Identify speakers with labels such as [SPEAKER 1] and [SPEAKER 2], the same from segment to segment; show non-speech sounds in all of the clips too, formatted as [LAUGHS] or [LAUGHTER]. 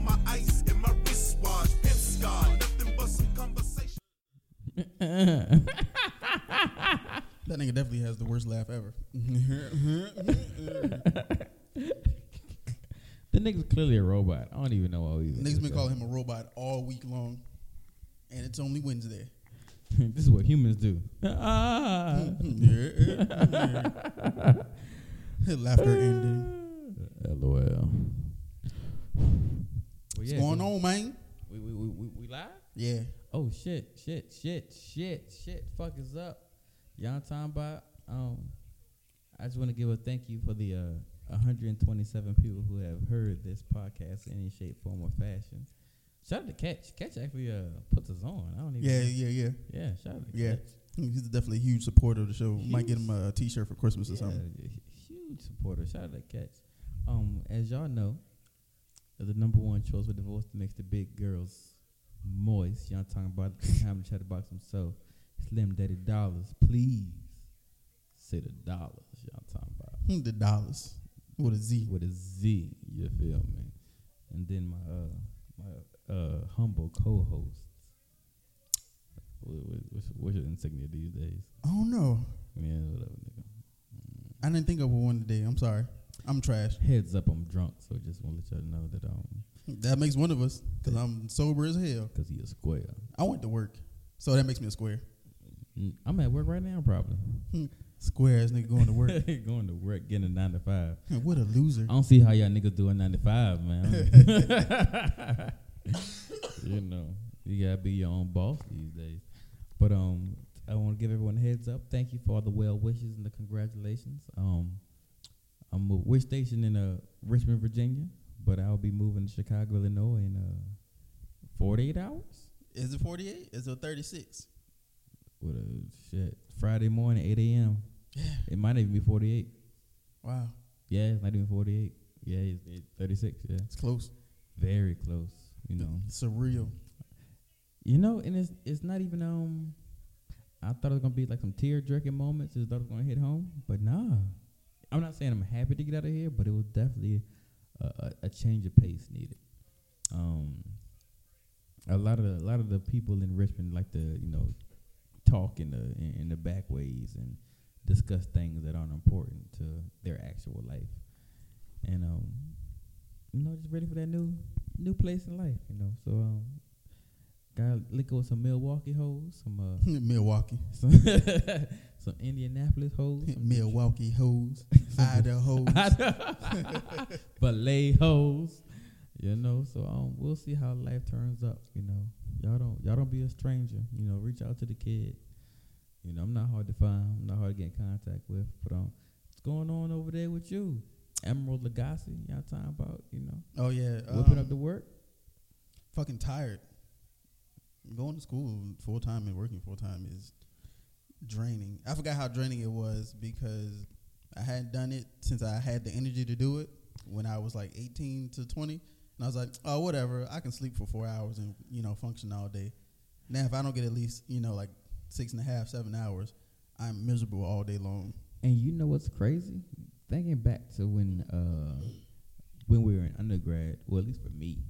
[SPEAKER 1] [LAUGHS]
[SPEAKER 2] That nigga definitely has the worst laugh ever.
[SPEAKER 1] The nigga's clearly a robot. I don't even know all these
[SPEAKER 2] Niggas been calling him a robot all week long, and it's only Wednesday.
[SPEAKER 1] [LAUGHS] this is what humans
[SPEAKER 2] [LAUGHS]
[SPEAKER 1] do.
[SPEAKER 2] Uh.
[SPEAKER 1] Ah. [LAUGHS]
[SPEAKER 2] Mm-hmm.
[SPEAKER 1] [LAUGHS]
[SPEAKER 2] Laughter [LAUGHS] ending.
[SPEAKER 1] LOL.
[SPEAKER 2] What's going on, man?
[SPEAKER 1] We we we we, we live?
[SPEAKER 2] Yeah.
[SPEAKER 1] Oh shit, shit, shit, shit, shit. Fuck is up. Y'all talking about um I just want to give a thank you for the uh 127 people who have heard this podcast in any shape, form, or fashion. Shout out to Catch. Catch actually uh puts us on. I don't even
[SPEAKER 2] Yeah, yeah, yeah.
[SPEAKER 1] Yeah, shout out to
[SPEAKER 2] Yeah.
[SPEAKER 1] Catch.
[SPEAKER 2] He's definitely a huge supporter of the show. Might get him a t shirt for Christmas or
[SPEAKER 1] Yeah,
[SPEAKER 2] something.
[SPEAKER 1] a Huge supporter. Shout out to Catch. Um, as y'all know, the number one choice for divorce that makes the big girls moist. Y'all talking about the big hammer chatterbox himself, Slim Daddy Dollars. Please say the dollars. Y'all talking about
[SPEAKER 2] Hmm, The dollars. With a Z.
[SPEAKER 1] with a Z. You feel me? And then my uh my uh humble co-host. What- what- What's, what's your insignia these days?
[SPEAKER 2] I don't know.
[SPEAKER 1] Yeah, whatever, nigga.
[SPEAKER 2] I didn't think of one today. I'm sorry. I'm trash.
[SPEAKER 1] Heads up, I'm drunk, so just want to let y'all know that um,
[SPEAKER 2] That makes one of us because I'm sober as hell.
[SPEAKER 1] Cause he a square.
[SPEAKER 2] I went to work, so that makes me a square.
[SPEAKER 1] Mm, I'm at work right now, probably.
[SPEAKER 2] Square ass nigga going to work.
[SPEAKER 1] [LAUGHS] Going to work, getting a nine to five.
[SPEAKER 2] [LAUGHS] what a loser.
[SPEAKER 1] I don't see how y'all niggas do a nine to five, [LAUGHS] man. you know, you gotta be your own boss these days. But um, I want to give everyone a heads up. Thank you for all the well wishes and the congratulations. Um, I'm mo- we're stationed in uh, Richmond, Virginia, but I'll be moving to Chicago, Illinois in uh, 48 hours.
[SPEAKER 2] Is it 48? Is it 36?
[SPEAKER 1] What a shit. Friday morning, 8 a.m.
[SPEAKER 2] Yeah.
[SPEAKER 1] It might even be 48.
[SPEAKER 2] Wow.
[SPEAKER 1] Yeah, it's not even 48. Yeah, it's, it's 36. Yeah,
[SPEAKER 2] It's close.
[SPEAKER 1] very close. You know,
[SPEAKER 2] Surreal.
[SPEAKER 1] you know, and it's it's not even um. I thought it was gonna be like some tear jerking moments. I thought it was gonna hit home, but nah. I'm not saying I'm happy to get out of here, but it was definitely a, a, a change of pace needed. Um, a lot of the, a lot of the people in Richmond like to you know talk in the in, in the back ways and discuss things that aren't important to their actual life, and um, you know, just ready for that new new place in life, you know. So um, gotta link up with some Milwaukee hoes, some uh,
[SPEAKER 2] [LAUGHS] Milwaukee.
[SPEAKER 1] [LAUGHS] some, some Indianapolis hoes, [LAUGHS] some
[SPEAKER 2] Milwaukee
[SPEAKER 1] [LAUGHS]
[SPEAKER 2] hoes. Idaho.
[SPEAKER 1] ballet hoes. You know, so um, we'll see how life turns up. You know, y'all don't y'all don't be a stranger. You know, reach out to the kid. You know, I'm not hard to find. I'm not hard to get in contact with. But um, what's going on over there with you, Emerald Lagasse? Y'all talking about you know
[SPEAKER 2] Oh, yeah.
[SPEAKER 1] whipping
[SPEAKER 2] um,
[SPEAKER 1] up the work?
[SPEAKER 2] fucking tired. Going to school full time and working full time is draining. I forgot how draining it was because I hadn't done it since I had the energy to do it when I was like 18 to 20. And I was like, oh, whatever. I can sleep for four hours and, you know, function all day. Now, if I don't get at least, you know, like six and a half, seven hours, I'm miserable all day long.
[SPEAKER 1] And you know what's crazy? Thinking back to when uh when we were in undergrad, well at least for me,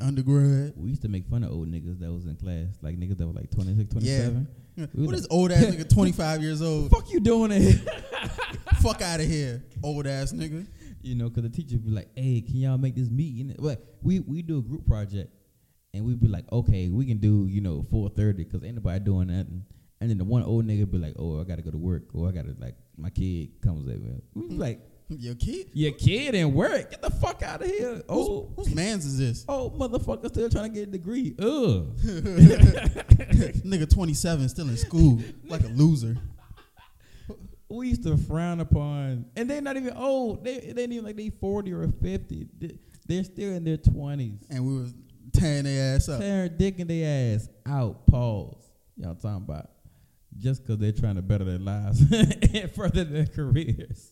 [SPEAKER 2] Undergrad.
[SPEAKER 1] we used to make fun of old niggas that was in class, like niggas that were like 26, 27. We
[SPEAKER 2] What
[SPEAKER 1] like-
[SPEAKER 2] is old ass nigga, 25 years old?
[SPEAKER 1] Fuck you doing it, [LAUGHS]
[SPEAKER 2] Fuck out of here, old ass nigga.
[SPEAKER 1] you know? Because the teacher be like, "Hey, can y'all make this meeting?" But we we do a group project, and we'd be like, "Okay, we can do you know 4:30 because ain't nobody doing nothing." And then the one old nigga be like, "Oh, I gotta go to work, or I gotta like my kid comes at me." We be like,
[SPEAKER 2] Your kid?
[SPEAKER 1] "Your kid in work? Get the fuck out of here!" Oh,
[SPEAKER 2] Whose man's is this?
[SPEAKER 1] Oh, motherfucker still trying to get a degree. Ugh.
[SPEAKER 2] [LAUGHS] Nigga 27 still in school like a loser.
[SPEAKER 1] we used to frown upon, and they're not even old. They they ain't even like they forty or fifty. They- They're still in their twenties,
[SPEAKER 2] And we was tearing their ass up.
[SPEAKER 1] tearing dick in their ass out. Pause. Y'all talking about just 'cause they're trying to better their lives [LAUGHS] and further their careers.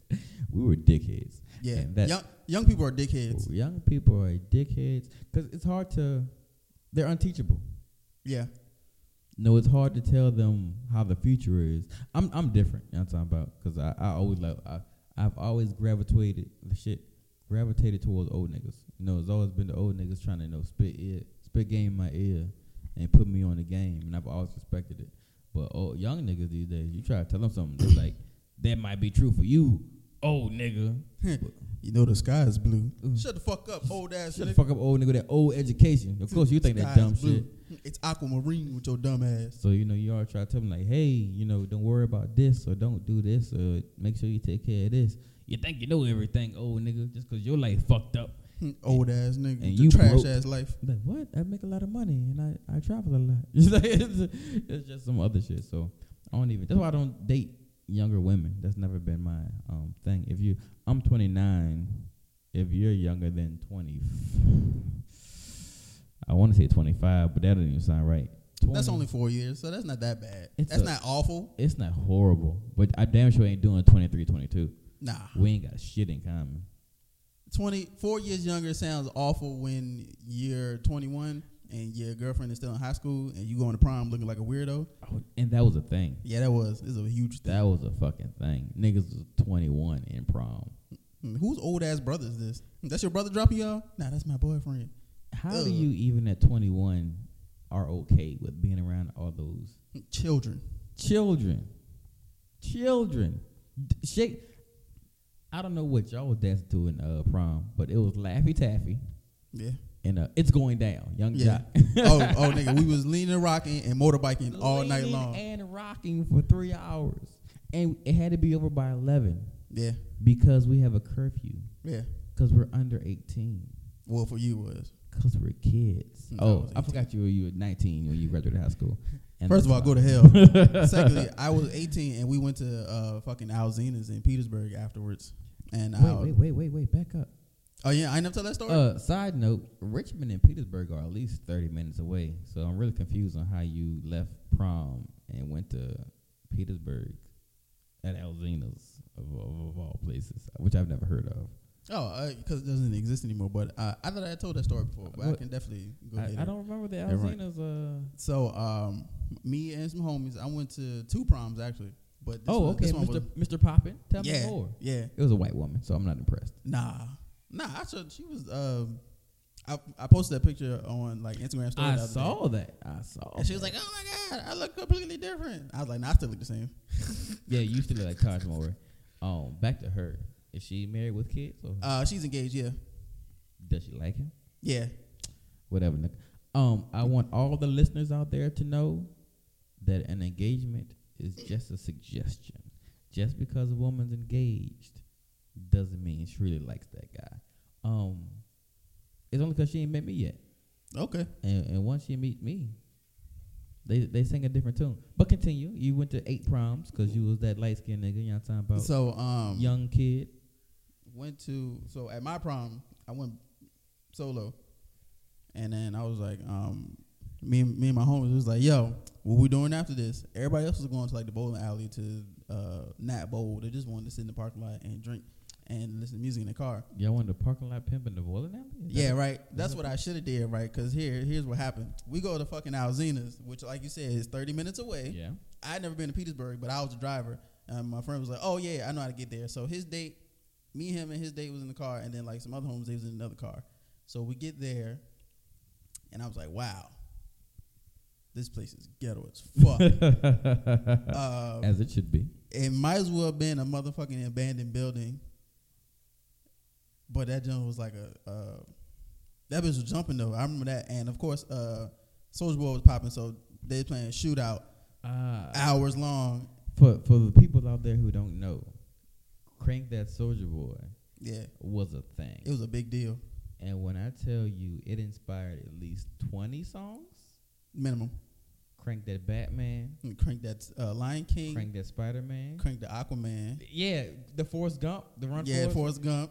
[SPEAKER 1] We were dickheads.
[SPEAKER 2] Yeah.
[SPEAKER 1] And that-
[SPEAKER 2] young, young people are dickheads.
[SPEAKER 1] Young people are dickheads because it's hard to. They're unteachable.
[SPEAKER 2] Yeah.
[SPEAKER 1] No, it's hard to tell them how the future is. I'm I'm different. You know what I'm talking about because I, I always like I I've always gravitated the shit gravitated towards old niggas. You know, it's always been the old niggas trying to you know spit ear spit game in my ear and put me on the game, and I've always respected it. But oh, young niggas these days, you try to tell them something, they're like, that might be true for you, old nigga.
[SPEAKER 2] You know the sky is blue.
[SPEAKER 1] Ooh.
[SPEAKER 2] Shut the fuck up, old ass.
[SPEAKER 1] Shut the
[SPEAKER 2] nigga.
[SPEAKER 1] fuck up, old nigga. That old education. Of course, you think that
[SPEAKER 2] Sky
[SPEAKER 1] dumb
[SPEAKER 2] is blue.
[SPEAKER 1] shit.
[SPEAKER 2] It's aquamarine with your dumb ass.
[SPEAKER 1] So you know, you all try to tell them like, hey, you know, don't worry about this or don't do this or make sure you take care of this. You think you know everything, old nigga, just 'cause your life fucked up.
[SPEAKER 2] Hmm, Old ass nigga. with
[SPEAKER 1] and
[SPEAKER 2] your
[SPEAKER 1] you
[SPEAKER 2] trash
[SPEAKER 1] broke.
[SPEAKER 2] ass life.
[SPEAKER 1] like what? I make a lot of money and I, I travel a lot. [LAUGHS] It's, like, it's, it's just some other shit. So I don't even. That's why I don't date younger women. That's never been my um thing. If you, I'm 29. If you're younger than 20, I want to say 25, but that doesn't even sound right. 20,
[SPEAKER 2] That's only four years, so that's not that bad.
[SPEAKER 1] It's
[SPEAKER 2] that's
[SPEAKER 1] a-
[SPEAKER 2] not awful.
[SPEAKER 1] It's not horrible, but I damn sure ain't doing 23, 22.
[SPEAKER 2] Nah.
[SPEAKER 1] We ain't got shit in common.
[SPEAKER 2] twenty four years younger sounds awful when you're 21 and your girlfriend is still in high school and you going to prom looking like a weirdo.
[SPEAKER 1] Oh, And that was a thing.
[SPEAKER 2] Yeah, that was. It's a huge thing.
[SPEAKER 1] That was a fucking thing. Niggas was 21 in prom.
[SPEAKER 2] Hmm, Whose old ass brother is this? That's your brother dropping y'all? Nah, that's my boyfriend.
[SPEAKER 1] How
[SPEAKER 2] Ugh.
[SPEAKER 1] do you even at 21 are okay with being around all those
[SPEAKER 2] Children.
[SPEAKER 1] children? Children. D- Shake. I don't know what y'all was dancing to in uh, prom, but it was Laffy Taffy
[SPEAKER 2] Yeah.
[SPEAKER 1] and uh, It's Going Down, Young
[SPEAKER 2] Yeah.
[SPEAKER 1] Jock.
[SPEAKER 2] [LAUGHS] oh, oh, nigga, we was leaning, rocking, and motorbiking all night
[SPEAKER 1] Leaning
[SPEAKER 2] long.
[SPEAKER 1] And rocking for three hours. And it had to be over by 11
[SPEAKER 2] Yeah,
[SPEAKER 1] because we have a curfew
[SPEAKER 2] yeah.
[SPEAKER 1] because we're under 18
[SPEAKER 2] Well, for you was.
[SPEAKER 1] because we're kids.
[SPEAKER 2] No, Mm, I
[SPEAKER 1] oh,
[SPEAKER 2] was
[SPEAKER 1] I, forgot you were, you were 19 when you graduated high
[SPEAKER 2] [LAUGHS]
[SPEAKER 1] school. And
[SPEAKER 2] First
[SPEAKER 1] that's
[SPEAKER 2] of all,
[SPEAKER 1] why-
[SPEAKER 2] go to
[SPEAKER 1] [LAUGHS]
[SPEAKER 2] hell. Secondly, I was 18 and we went to uh, fucking Alzina's in Petersburg afterwards. And I,
[SPEAKER 1] Wait, wait, wait, wait, wait, back up.
[SPEAKER 2] oh yeah, I ain't never tell that story.
[SPEAKER 1] Uh, side note: Richmond and Petersburg are at least thirty minutes away, so I'm really confused on how you left prom and went to Petersburg at Alzina's of, of, of all places, which I've never heard of.
[SPEAKER 2] oh, because it doesn't exist anymore. But uh, I thought I had told that story before, but I
[SPEAKER 1] What?
[SPEAKER 2] can definitely go ahead.
[SPEAKER 1] I, I don't remember the
[SPEAKER 2] Yeah, right.
[SPEAKER 1] Alzina's. Uh,
[SPEAKER 2] So, um, me and some homies, I went to two proms actually. But this
[SPEAKER 1] oh,
[SPEAKER 2] one-
[SPEAKER 1] okay,
[SPEAKER 2] this one
[SPEAKER 1] Mr.
[SPEAKER 2] was,
[SPEAKER 1] Mr. Poppin, tell
[SPEAKER 2] yeah,
[SPEAKER 1] me more.
[SPEAKER 2] yeah.
[SPEAKER 1] It was a white woman, so I'm not impressed.
[SPEAKER 2] Nah, nah. I should, she was. Um, I I posted that picture on like Instagram story.
[SPEAKER 1] I
[SPEAKER 2] the other day.
[SPEAKER 1] saw that. I saw.
[SPEAKER 2] and she was
[SPEAKER 1] that.
[SPEAKER 2] like, "Oh my god, I look completely different." I was like, "Nah, I still look the same."
[SPEAKER 1] "Yeah, you used to look like Taj Moore." Um, back to her. Is she married with kids, or
[SPEAKER 2] Uh, she's engaged. Yeah,
[SPEAKER 1] does she like him?
[SPEAKER 2] yeah.
[SPEAKER 1] whatever. Nick. Um, I want all the listeners out there to know that an engagement is just a suggestion. Just because a woman's engaged doesn't mean she really likes that guy. Um, it's only because she ain't met me yet,
[SPEAKER 2] Okay.
[SPEAKER 1] and, and once she meet me, they they sing a different tune. But continue. You went to eight proms because you was that light skinned nigga. You know what I'm talking about?
[SPEAKER 2] So um,
[SPEAKER 1] Young kid.
[SPEAKER 2] went to so at my prom I went solo, and then I was like, um, me and me and my homies was like, yo, what we doing after this? Everybody else was going to like the bowling alley to uh Nat Bowl. They just wanted to sit in the parking lot and drink and listen to music in the car.
[SPEAKER 1] Y'all went to parking lot pimping the bowling alley? Is that
[SPEAKER 2] Yeah,
[SPEAKER 1] what-
[SPEAKER 2] right. That's
[SPEAKER 1] that's
[SPEAKER 2] what
[SPEAKER 1] what-
[SPEAKER 2] I should have did, right? Because here, here's what happened. We go to fucking Alzina's, which, like you said, is 30 minutes away.
[SPEAKER 1] Yeah.
[SPEAKER 2] I had never been to Petersburg, but I was the driver. And my friend was like, "Oh yeah, I know how to get there." So his date, me, him, and his date was in the car, and then like some other homies, they was in another car. So we get there, and I was like, "Wow, this place is ghetto as
[SPEAKER 1] [LAUGHS]
[SPEAKER 2] fuck." um,
[SPEAKER 1] As it should be.
[SPEAKER 2] it might as well have been a motherfucking abandoned building. But that joint was like a uh, that bitch was jumping though. I remember that, and of course, uh, Soldier Boy was popping, so they playing shootout Uh,
[SPEAKER 1] Ah.
[SPEAKER 2] hours long.
[SPEAKER 1] For for the people out there who don't know, Crank That Soldier Boy
[SPEAKER 2] Yeah,
[SPEAKER 1] was a thing.
[SPEAKER 2] it was a big deal,
[SPEAKER 1] and when I tell you it inspired at least 20 songs,
[SPEAKER 2] minimum.
[SPEAKER 1] Crank That Batman,
[SPEAKER 2] And Crank that uh, Lion King,
[SPEAKER 1] Crank
[SPEAKER 2] crank,
[SPEAKER 1] That Spider-Man.
[SPEAKER 2] the Aquaman,
[SPEAKER 1] yeah, the Forrest Gump, the Run
[SPEAKER 2] yeah,
[SPEAKER 1] Forrest.
[SPEAKER 2] Forrest Gump.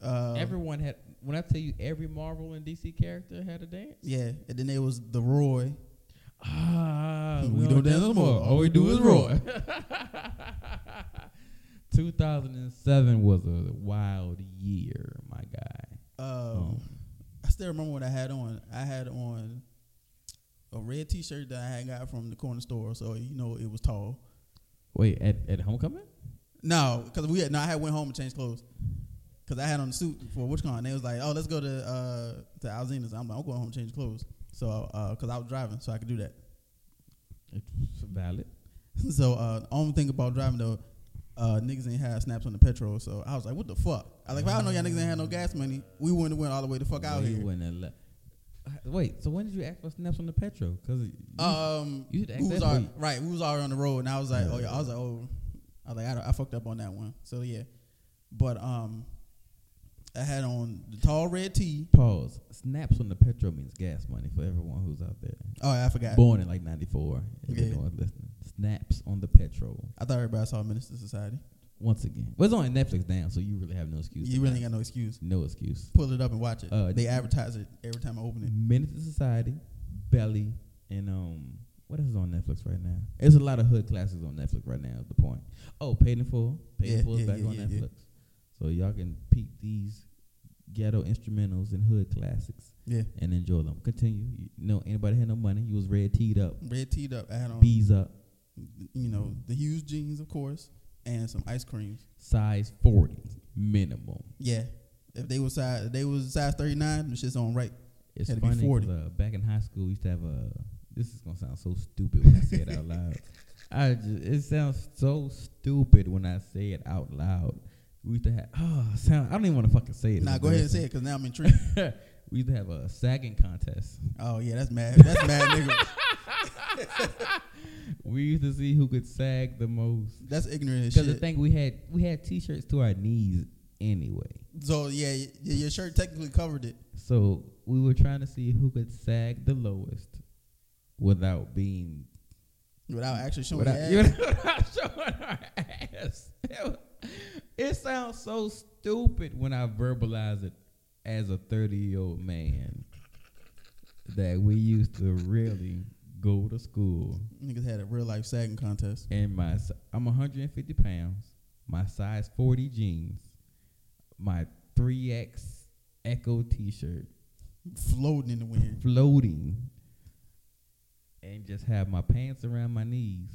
[SPEAKER 2] Uh,
[SPEAKER 1] Everyone had when I tell you every Marvel and DC character had a dance.
[SPEAKER 2] yeah, and then there was the Roy.
[SPEAKER 1] Ah,
[SPEAKER 2] We don't dance no more. All we do
[SPEAKER 1] [LAUGHS]
[SPEAKER 2] is roar.
[SPEAKER 1] 2007 was a wild year, my guy. Oh.
[SPEAKER 2] Um, I still remember what I had on. I had on a red T-shirt that I had got from the corner store, so you know it was tall.
[SPEAKER 1] Wait, at, at homecoming?
[SPEAKER 2] No, because we had, no, I had went home and changed clothes because I had on the suit for WitchCon. They was like, "Oh, let's go to uh, to Alzina's." I'm like, "I'm going uh, home and change clothes," so because I was driving, so I could do that.
[SPEAKER 1] It's valid.
[SPEAKER 2] [LAUGHS] so uh, only thing about driving though, uh, niggas ain't had snaps on the petrol. So I was like, what the fuck? I like, if I don't know y'all niggas ain't had no gas money, we wouldn't have went all the way the fuck out
[SPEAKER 1] Well, you
[SPEAKER 2] here.
[SPEAKER 1] wouldn't have le- Uh, Wait, so when did you ask for snaps on the petrol? Because
[SPEAKER 2] Um,
[SPEAKER 1] you should ask
[SPEAKER 2] we was
[SPEAKER 1] that
[SPEAKER 2] all,
[SPEAKER 1] week.
[SPEAKER 2] right. We was already on the road, and I was like,
[SPEAKER 1] Yeah.
[SPEAKER 2] oh yeah, I was like, oh, I was like, I, don't- I fucked up on that one. So yeah, but um, I had on the tall red tee.
[SPEAKER 1] pause. Snaps on the petrol means gas money for everyone who's out there.
[SPEAKER 2] Oh, I forgot.
[SPEAKER 1] Born in like '94.
[SPEAKER 2] Yeah.
[SPEAKER 1] Everyone listening. Snaps on the petrol.
[SPEAKER 2] I thought everybody saw Minister Society.
[SPEAKER 1] Once again, well, it's on Netflix now, so you really have no excuse.
[SPEAKER 2] You really ain't got no excuse.
[SPEAKER 1] no excuse.
[SPEAKER 2] Pull it up and watch it.
[SPEAKER 1] Uh,
[SPEAKER 2] they advertise it every time I open it.
[SPEAKER 1] Minutes of Society, Belly, and um, what else is on Netflix right now? There's a lot of hood classes on Netflix right now. Is the point? Oh, Paid in Full, Paid
[SPEAKER 2] Yeah,
[SPEAKER 1] in Full is
[SPEAKER 2] yeah,
[SPEAKER 1] back
[SPEAKER 2] yeah,
[SPEAKER 1] on
[SPEAKER 2] yeah, yeah.
[SPEAKER 1] Netflix, so y'all can peep these ghetto instrumentals and hood classics
[SPEAKER 2] Yeah,
[SPEAKER 1] and enjoy them. Continue. You know, anybody had no money? You was red teed up,
[SPEAKER 2] red teed up. I had on
[SPEAKER 1] bees up,
[SPEAKER 2] you know the huge jeans, of course, and some ice creams.
[SPEAKER 1] size forty minimum.
[SPEAKER 2] Yeah, if they was size, if they was size thirty nine, the shit's on right.
[SPEAKER 1] It's
[SPEAKER 2] Had to be
[SPEAKER 1] funny 'cause,
[SPEAKER 2] 40.
[SPEAKER 1] uh, back in high school, we used to have a. This is gonna sound so stupid when I say it out
[SPEAKER 2] [LAUGHS]
[SPEAKER 1] loud. I just, it sounds so stupid when I say it out loud. We used to have oh sound. I don't even want to fucking say it.
[SPEAKER 2] Nah, go ahead and say it, cause now I'm intrigued.
[SPEAKER 1] [LAUGHS] it. we used to have a sagging contest.
[SPEAKER 2] oh yeah, that's mad. That's mad, nigga.
[SPEAKER 1] We used to see who could sag the most.
[SPEAKER 2] That's ignorant as
[SPEAKER 1] Because the
[SPEAKER 2] shit.
[SPEAKER 1] thing we had we had t-shirts to our knees anyway.
[SPEAKER 2] so yeah, y- y- your shirt technically covered it.
[SPEAKER 1] So we were trying to see who could sag the lowest without being
[SPEAKER 2] Without actually showing
[SPEAKER 1] without,
[SPEAKER 2] your
[SPEAKER 1] you [LAUGHS]
[SPEAKER 2] ass.
[SPEAKER 1] know, without showing our ass. It sounds so stupid when I verbalize it as a 30 year old man that we used to really go to school.
[SPEAKER 2] Niggas had a real life sagging contest.
[SPEAKER 1] And my s- I'm 150 pounds, my size 40 jeans, my 3X Echo t shirt,
[SPEAKER 2] Floating in the wind.
[SPEAKER 1] floating and just have my pants around my knees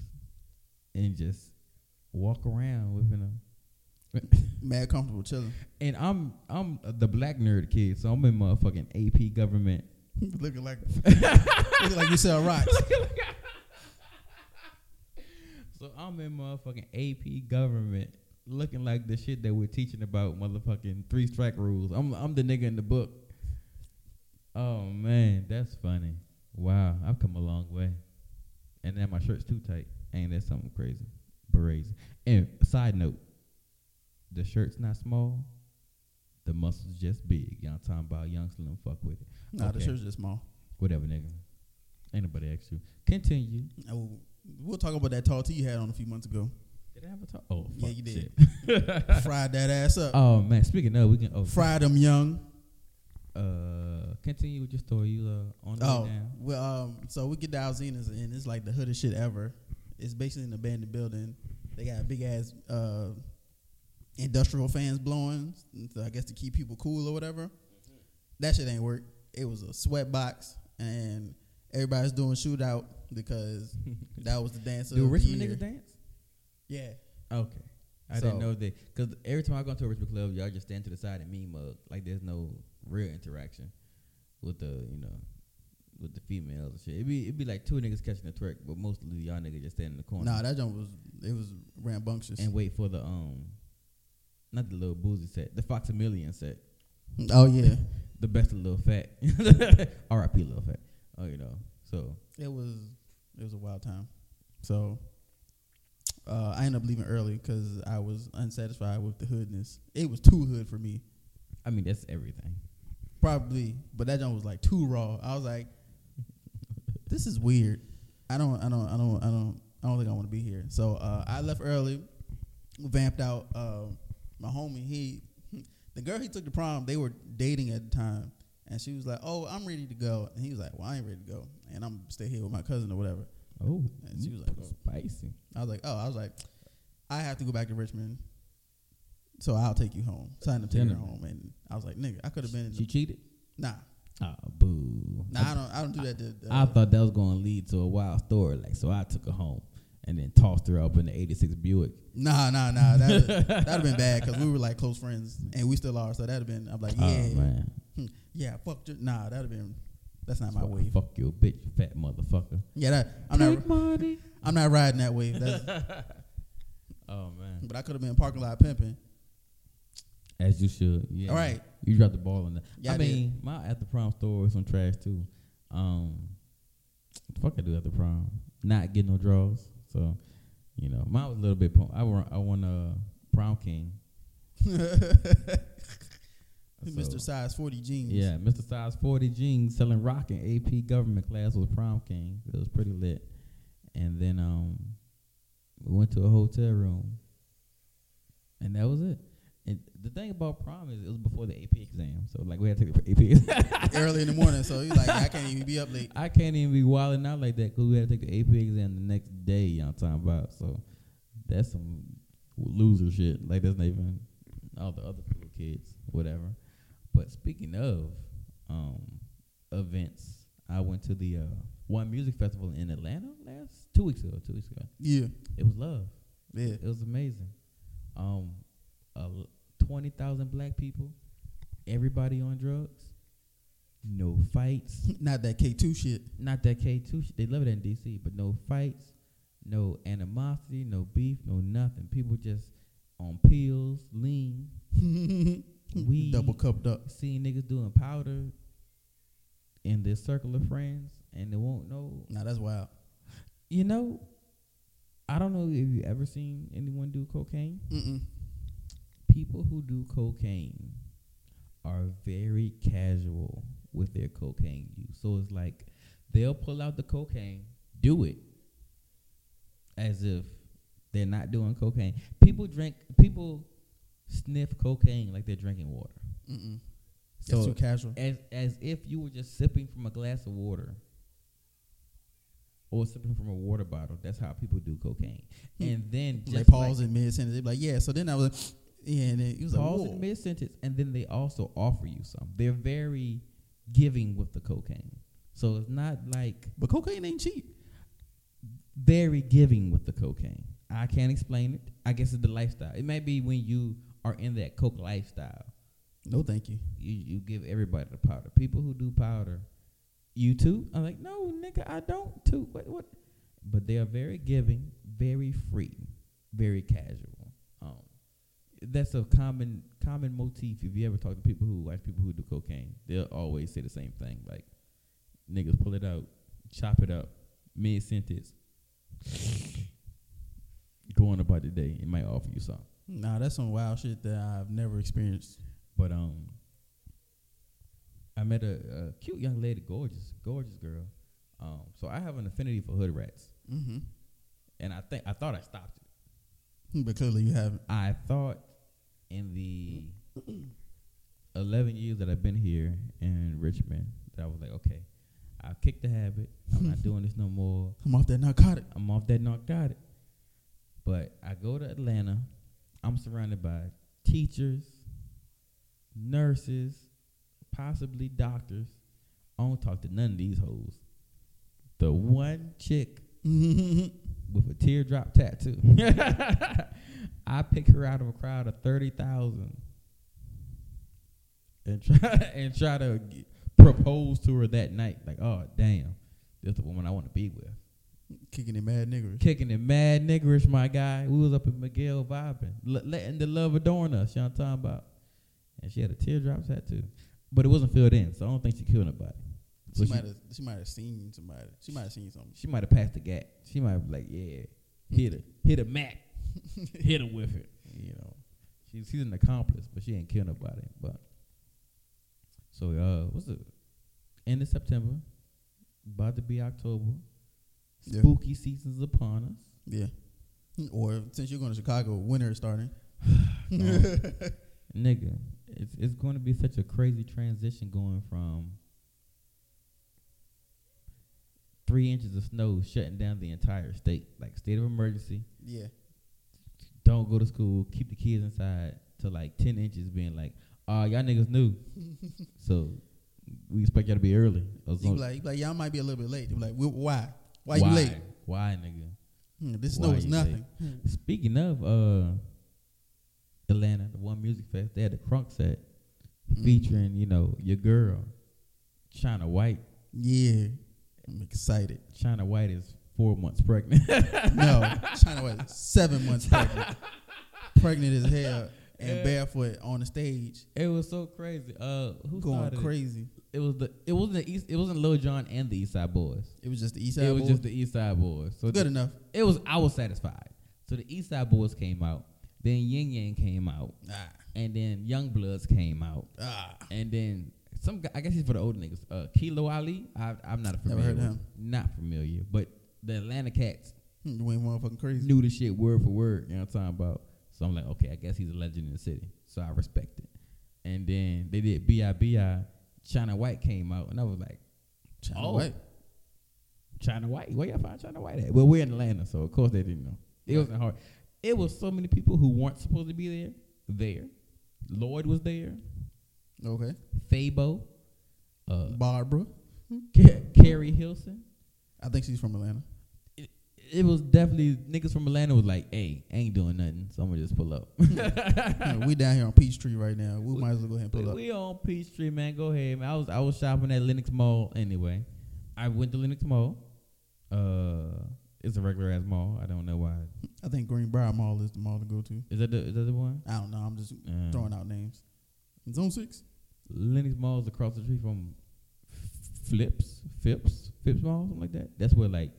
[SPEAKER 1] and just walk around with them.
[SPEAKER 2] Mad comfortable chilling. [LAUGHS]
[SPEAKER 1] And I'm I'm the black nerd kid, so I'm in motherfucking AP government.
[SPEAKER 2] looking like looking like you
[SPEAKER 1] [LAUGHS]
[SPEAKER 2] sell rocks.
[SPEAKER 1] So I'm in motherfucking AP government looking like the shit that we're teaching about motherfucking three strike rules. I'm I'm the nigga in the book. Oh man, that's funny. Wow, I've come a long way. And now my shirt's too tight. Ain't that something crazy? Berets. And side note, the shirt's not small. The muscles just big. Y'all talking about young slim fuck with it.
[SPEAKER 2] Nah, the
[SPEAKER 1] Okay.
[SPEAKER 2] shirt's just small.
[SPEAKER 1] Whatever, nigga. Ain't nobody asked you. Continue.
[SPEAKER 2] I will- Oh, we'll talk about that tall tee you had on a few
[SPEAKER 1] [LAUGHS]
[SPEAKER 2] months ago.
[SPEAKER 1] Did I have a talk? Oh,
[SPEAKER 2] Yeah,
[SPEAKER 1] fuck,
[SPEAKER 2] you did.
[SPEAKER 1] shit.
[SPEAKER 2] Fried that ass up.
[SPEAKER 1] Oh man, speaking of, we can oh,
[SPEAKER 2] Fried them young.
[SPEAKER 1] uh continue with your story. You uh, on the
[SPEAKER 2] Oh,
[SPEAKER 1] way
[SPEAKER 2] [LAUGHS]
[SPEAKER 1] down.
[SPEAKER 2] well, um, so we get to Alzena's and it's like the hoodest shit ever. It's basically an abandoned building. They got big ass uh, industrial fans blowing, so I guess to keep people cool or whatever. That shit ain't work. It was a sweat box, and everybody's doing shootout because that was the dance of
[SPEAKER 1] Do
[SPEAKER 2] the
[SPEAKER 1] Richmond
[SPEAKER 2] year.
[SPEAKER 1] niggas dance?
[SPEAKER 2] Yeah,
[SPEAKER 1] Okay. I didn't
[SPEAKER 2] So-
[SPEAKER 1] know that because every time I go into a Richmond club, y'all just stand to the side and meme mug. Like there's no real interaction with the you know with the females and shit. It'd be it'd be like two niggas catching a twerk, but mostly y'all niggas just stand in the corner
[SPEAKER 2] nah, that joint was it was rambunctious.
[SPEAKER 1] and wait for the um not the little boozy set, the Fox a Million set.
[SPEAKER 2] oh yeah,
[SPEAKER 1] the best of Lil Fat. [LAUGHS] R.I.P. Lil Fat. Oh, you know. So
[SPEAKER 2] it was it was a wild time. So uh, I ended up leaving early because I was unsatisfied with the hoodness. It was too hood for me,
[SPEAKER 1] I mean that's everything.
[SPEAKER 2] probably. But that joint was like too raw. I was like, [LAUGHS] this is weird. I don't, I don't, I don't, I don't, I don't think I want to be here. So uh, I left early, vamped out. Uh, my homie, he, [LAUGHS] the girl he took to prom, they were dating at the time, and she was like, "Oh, I'm ready to go," and he was like, "Well, I ain't ready to go, and I'm stay here with my cousin or whatever."
[SPEAKER 1] Oh,
[SPEAKER 2] And she was like, oh.
[SPEAKER 1] spicy.
[SPEAKER 2] I was like, oh, I was like, I have to go back to Richmond, so I'll take you home. So I ended up taking her
[SPEAKER 1] Gentleman.
[SPEAKER 2] home, and I was like, nigga, I could have been. In
[SPEAKER 1] She
[SPEAKER 2] the,
[SPEAKER 1] cheated.
[SPEAKER 2] nah,
[SPEAKER 1] Ah, boo.
[SPEAKER 2] nah, I don't, I don't do that. To, uh,
[SPEAKER 1] I thought that was gonna lead to a wild story. Like, so I took her home and then tossed her up in the '86 Buick.
[SPEAKER 2] Nah, nah, nah. That that'd have been bad because we were like close friends, and we still are. So that'd have been. I'm like,
[SPEAKER 1] Oh
[SPEAKER 2] yeah,
[SPEAKER 1] man,
[SPEAKER 2] yeah, fuck. You. Nah, that'd have been. That's not
[SPEAKER 1] That's
[SPEAKER 2] my
[SPEAKER 1] why I
[SPEAKER 2] wave.
[SPEAKER 1] Fuck your bitch, fat motherfucker.
[SPEAKER 2] Yeah, that, I'm not.
[SPEAKER 1] Take Marty.
[SPEAKER 2] I'm not riding that wave.
[SPEAKER 1] [LAUGHS]
[SPEAKER 2] That's,
[SPEAKER 1] oh man.
[SPEAKER 2] but I could have been parking lot pimping.
[SPEAKER 1] As you should. Yeah.
[SPEAKER 2] All right.
[SPEAKER 1] You dropped the ball on that.
[SPEAKER 2] Yeah,
[SPEAKER 1] I
[SPEAKER 2] I did. [LAUGHS]
[SPEAKER 1] mean, my at the prom story was some trash too. Um, what the fuck I do at the prom? Not get no draws. So, you know, mine was a little bit. Prom- I won. I won a prom king. So-
[SPEAKER 2] Mr. Size 40 jeans.
[SPEAKER 1] Yeah, Mr. Size 40 Jeans selling rock in AP government class was prom king. It was pretty lit. And then um we went to a hotel room. And that was it. And the thing about prom is it was before the AP exam. So like we had to take the AP exam.
[SPEAKER 2] Early in the morning, so he's like, I can't even be up
[SPEAKER 1] [LAUGHS]
[SPEAKER 2] late.
[SPEAKER 1] I can't even be wilding out like that because we had to take the AP exam the next day, y'all talking about. So that's some loser shit. Like that's not even all the other cool kids, whatever. But speaking of um, events, I went to the uh, one music festival in Atlanta last two weeks ago. Two weeks ago,
[SPEAKER 2] Yeah,
[SPEAKER 1] it was love.
[SPEAKER 2] yeah.
[SPEAKER 1] It was amazing. Um, uh, twenty thousand black people, everybody on drugs, no fights
[SPEAKER 2] Not that K two shit. [LAUGHS]
[SPEAKER 1] not that K two. They love it in DC, but no fights, no animosity, no beef, no nothing. People just on pills, lean, We-
[SPEAKER 2] double cupped up.
[SPEAKER 1] seeing niggas doing powder in their circle of friends, and they won't know.
[SPEAKER 2] Nah, that's wild.
[SPEAKER 1] You know, I don't know if you ever seen anyone do cocaine.
[SPEAKER 2] Mm-mm.
[SPEAKER 1] People who do cocaine are very casual with their cocaine use. So it's like they'll pull out the cocaine, do it as if they're not doing cocaine. People drink, people sniff cocaine like they're drinking water.
[SPEAKER 2] Mm-mm. That's
[SPEAKER 1] So
[SPEAKER 2] too casual.
[SPEAKER 1] as as if you were just sipping from a glass of water or sipping from a water bottle. That's how people do cocaine.
[SPEAKER 2] Hmm.
[SPEAKER 1] And then just
[SPEAKER 2] Like
[SPEAKER 1] like-
[SPEAKER 2] pause in mid sentence. They be like, yeah. So then I was, like, yeah. And then he was
[SPEAKER 1] pause
[SPEAKER 2] like,
[SPEAKER 1] in
[SPEAKER 2] Whoa.
[SPEAKER 1] mid sentence, and then they also offer you some. They're very giving with the cocaine, so it's not like
[SPEAKER 2] but cocaine ain't cheap.
[SPEAKER 1] very giving with the cocaine. I can't explain it. I guess it's the lifestyle. It may be when you are in that coke lifestyle,
[SPEAKER 2] No, thank you.
[SPEAKER 1] you you give everybody the powder. People who do powder, you too. I'm like, no, nigga, I don't too. What what? But they are very giving, very free, very casual. Um, that's a common common motif. If you ever talk to people who like people who do cocaine, they'll always say the same thing. Like, niggas pull it out, chop it up, mid sentence, going about the day. It might offer you something.
[SPEAKER 2] Nah, that's some wild shit that I've never experienced.
[SPEAKER 1] But um, I met a, a cute young lady, gorgeous, gorgeous girl. Um, so I have an affinity for hood rats,
[SPEAKER 2] Mm-hmm.
[SPEAKER 1] and I think I thought I stopped it.
[SPEAKER 2] Hmm, But clearly you haven't.
[SPEAKER 1] I thought in the eleven years that I've been here in Richmond that I was like, okay, I kicked the habit. I'm not doing this no more.
[SPEAKER 2] I'm off that narcotic. [LAUGHS]
[SPEAKER 1] I'm off that narcotic. But I go to Atlanta. I'm surrounded by teachers, nurses, possibly doctors. I don't talk to none of these hoes. The one chick with a teardrop tattoo. [LAUGHS] I pick her out of a crowd of thirty thousand and try [LAUGHS] and try to g propose to her that night. Like, oh damn, this is the woman I want to be with
[SPEAKER 2] Kicking it mad niggerish.
[SPEAKER 1] kicking it mad niggerish, my guy. We was up in Miguel vibing, l- letting the love adorn us. You know what I'm talking about? And she had a teardrop tattoo, but it wasn't filled in, so I don't think she killed nobody.
[SPEAKER 2] She
[SPEAKER 1] But
[SPEAKER 2] might have. She might have seen somebody. She might have seen something.
[SPEAKER 1] She might have passed the gap. She might have like, yeah, hit it, hit a Mac, [LAUGHS] hit her with it. You know, she's she's an accomplice, but she ain't kill nobody. But so uh, what's the end of September? About to be October.
[SPEAKER 2] Yeah.
[SPEAKER 1] Spooky season's upon us.
[SPEAKER 2] Yeah. Or since you're going to Chicago, winter is starting. [LAUGHS]
[SPEAKER 1] No. Nigga, it's it's going to be such a crazy transition going from three inches of snow shutting down the entire state, like state of emergency.
[SPEAKER 2] Yeah.
[SPEAKER 1] Don't go to school. Keep the kids inside to like ten inches, being like, "Ah, y'all niggas
[SPEAKER 2] [LAUGHS]
[SPEAKER 1] new, so we expect y'all to be early." Or
[SPEAKER 2] You be
[SPEAKER 1] some-
[SPEAKER 2] like, you be like y'all might be a little bit late. They be like, "Wh- why? Why, you late?
[SPEAKER 1] Why, nigga?
[SPEAKER 2] Hmm, this
[SPEAKER 1] Why
[SPEAKER 2] snow is
[SPEAKER 1] you
[SPEAKER 2] nothing. Hmm.
[SPEAKER 1] Speaking of uh, Atlanta, the one music fest, they had the crunk set.
[SPEAKER 2] Mm.
[SPEAKER 1] featuring you know your girl, China White,
[SPEAKER 2] Yeah, I'm excited.
[SPEAKER 1] China White is four months pregnant. [LAUGHS]
[SPEAKER 2] no, China was seven months pregnant, pregnant as hell, and
[SPEAKER 1] Yeah.
[SPEAKER 2] barefoot on the stage,
[SPEAKER 1] it was so crazy. Uh, who
[SPEAKER 2] going
[SPEAKER 1] started it?
[SPEAKER 2] crazy.
[SPEAKER 1] It was the it wasn't the East it wasn't Lil Jon and the East Side Boys.
[SPEAKER 2] It was just the East Side.
[SPEAKER 1] it was
[SPEAKER 2] Boys.
[SPEAKER 1] just the East Side Boys. So
[SPEAKER 2] good
[SPEAKER 1] the-
[SPEAKER 2] enough.
[SPEAKER 1] it was I was satisfied. So the East Side Boys came out, then Yin Yang came out,
[SPEAKER 2] Ah,
[SPEAKER 1] and then Young Bloods came out,
[SPEAKER 2] ah.
[SPEAKER 1] and then some. Guy, I guess he's for the old niggas. Uh, Kilo Ali. I, I'm not familiar.
[SPEAKER 2] heard of
[SPEAKER 1] with-
[SPEAKER 2] him.
[SPEAKER 1] Not familiar. But the Atlanta Cats
[SPEAKER 2] You Hmm, went motherfucking crazy.
[SPEAKER 1] knew the shit word for word. You know what I'm talking about? So I'm like, okay, I guess he's a legend in the city. So I respect it. And then they did B.I.B.I. China White came out, and I was like,
[SPEAKER 2] China
[SPEAKER 1] oh,
[SPEAKER 2] White.
[SPEAKER 1] China White. Where y'all find China White at? Well, we're in Atlanta, so of course they didn't know. It wasn't hard. It was so many people who weren't supposed to be there. There, Lloyd was there.
[SPEAKER 2] Okay.
[SPEAKER 1] Fabo, uh,
[SPEAKER 2] Barbara.
[SPEAKER 1] Ca- Carrie Hilson.
[SPEAKER 2] I think she's
[SPEAKER 1] [LAUGHS]
[SPEAKER 2] from Atlanta.
[SPEAKER 1] It, it was definitely niggas from Atlanta was like, "Hey, I ain't doing nothing, so I'm gonna just pull up."
[SPEAKER 2] Yeah, we down here on Peachtree right now. We,
[SPEAKER 1] We-
[SPEAKER 2] might as well go ahead and
[SPEAKER 1] we,
[SPEAKER 2] pull up.
[SPEAKER 1] we on Peachtree, man. Go ahead, man. I was I was shopping at Lenox Mall anyway. I went to Lenox Mall. Uh, it's a regular ass mall. I don't know why.
[SPEAKER 2] I think Greenbrier Mall is the mall to go to.
[SPEAKER 1] Is that the is that the one?
[SPEAKER 2] I don't know. I'm just
[SPEAKER 1] Uh,
[SPEAKER 2] throwing out names. Zone six.
[SPEAKER 1] Lennox Mall is across the street from F- Flips, Phipps, Phipps Mall, something like that. That's where like,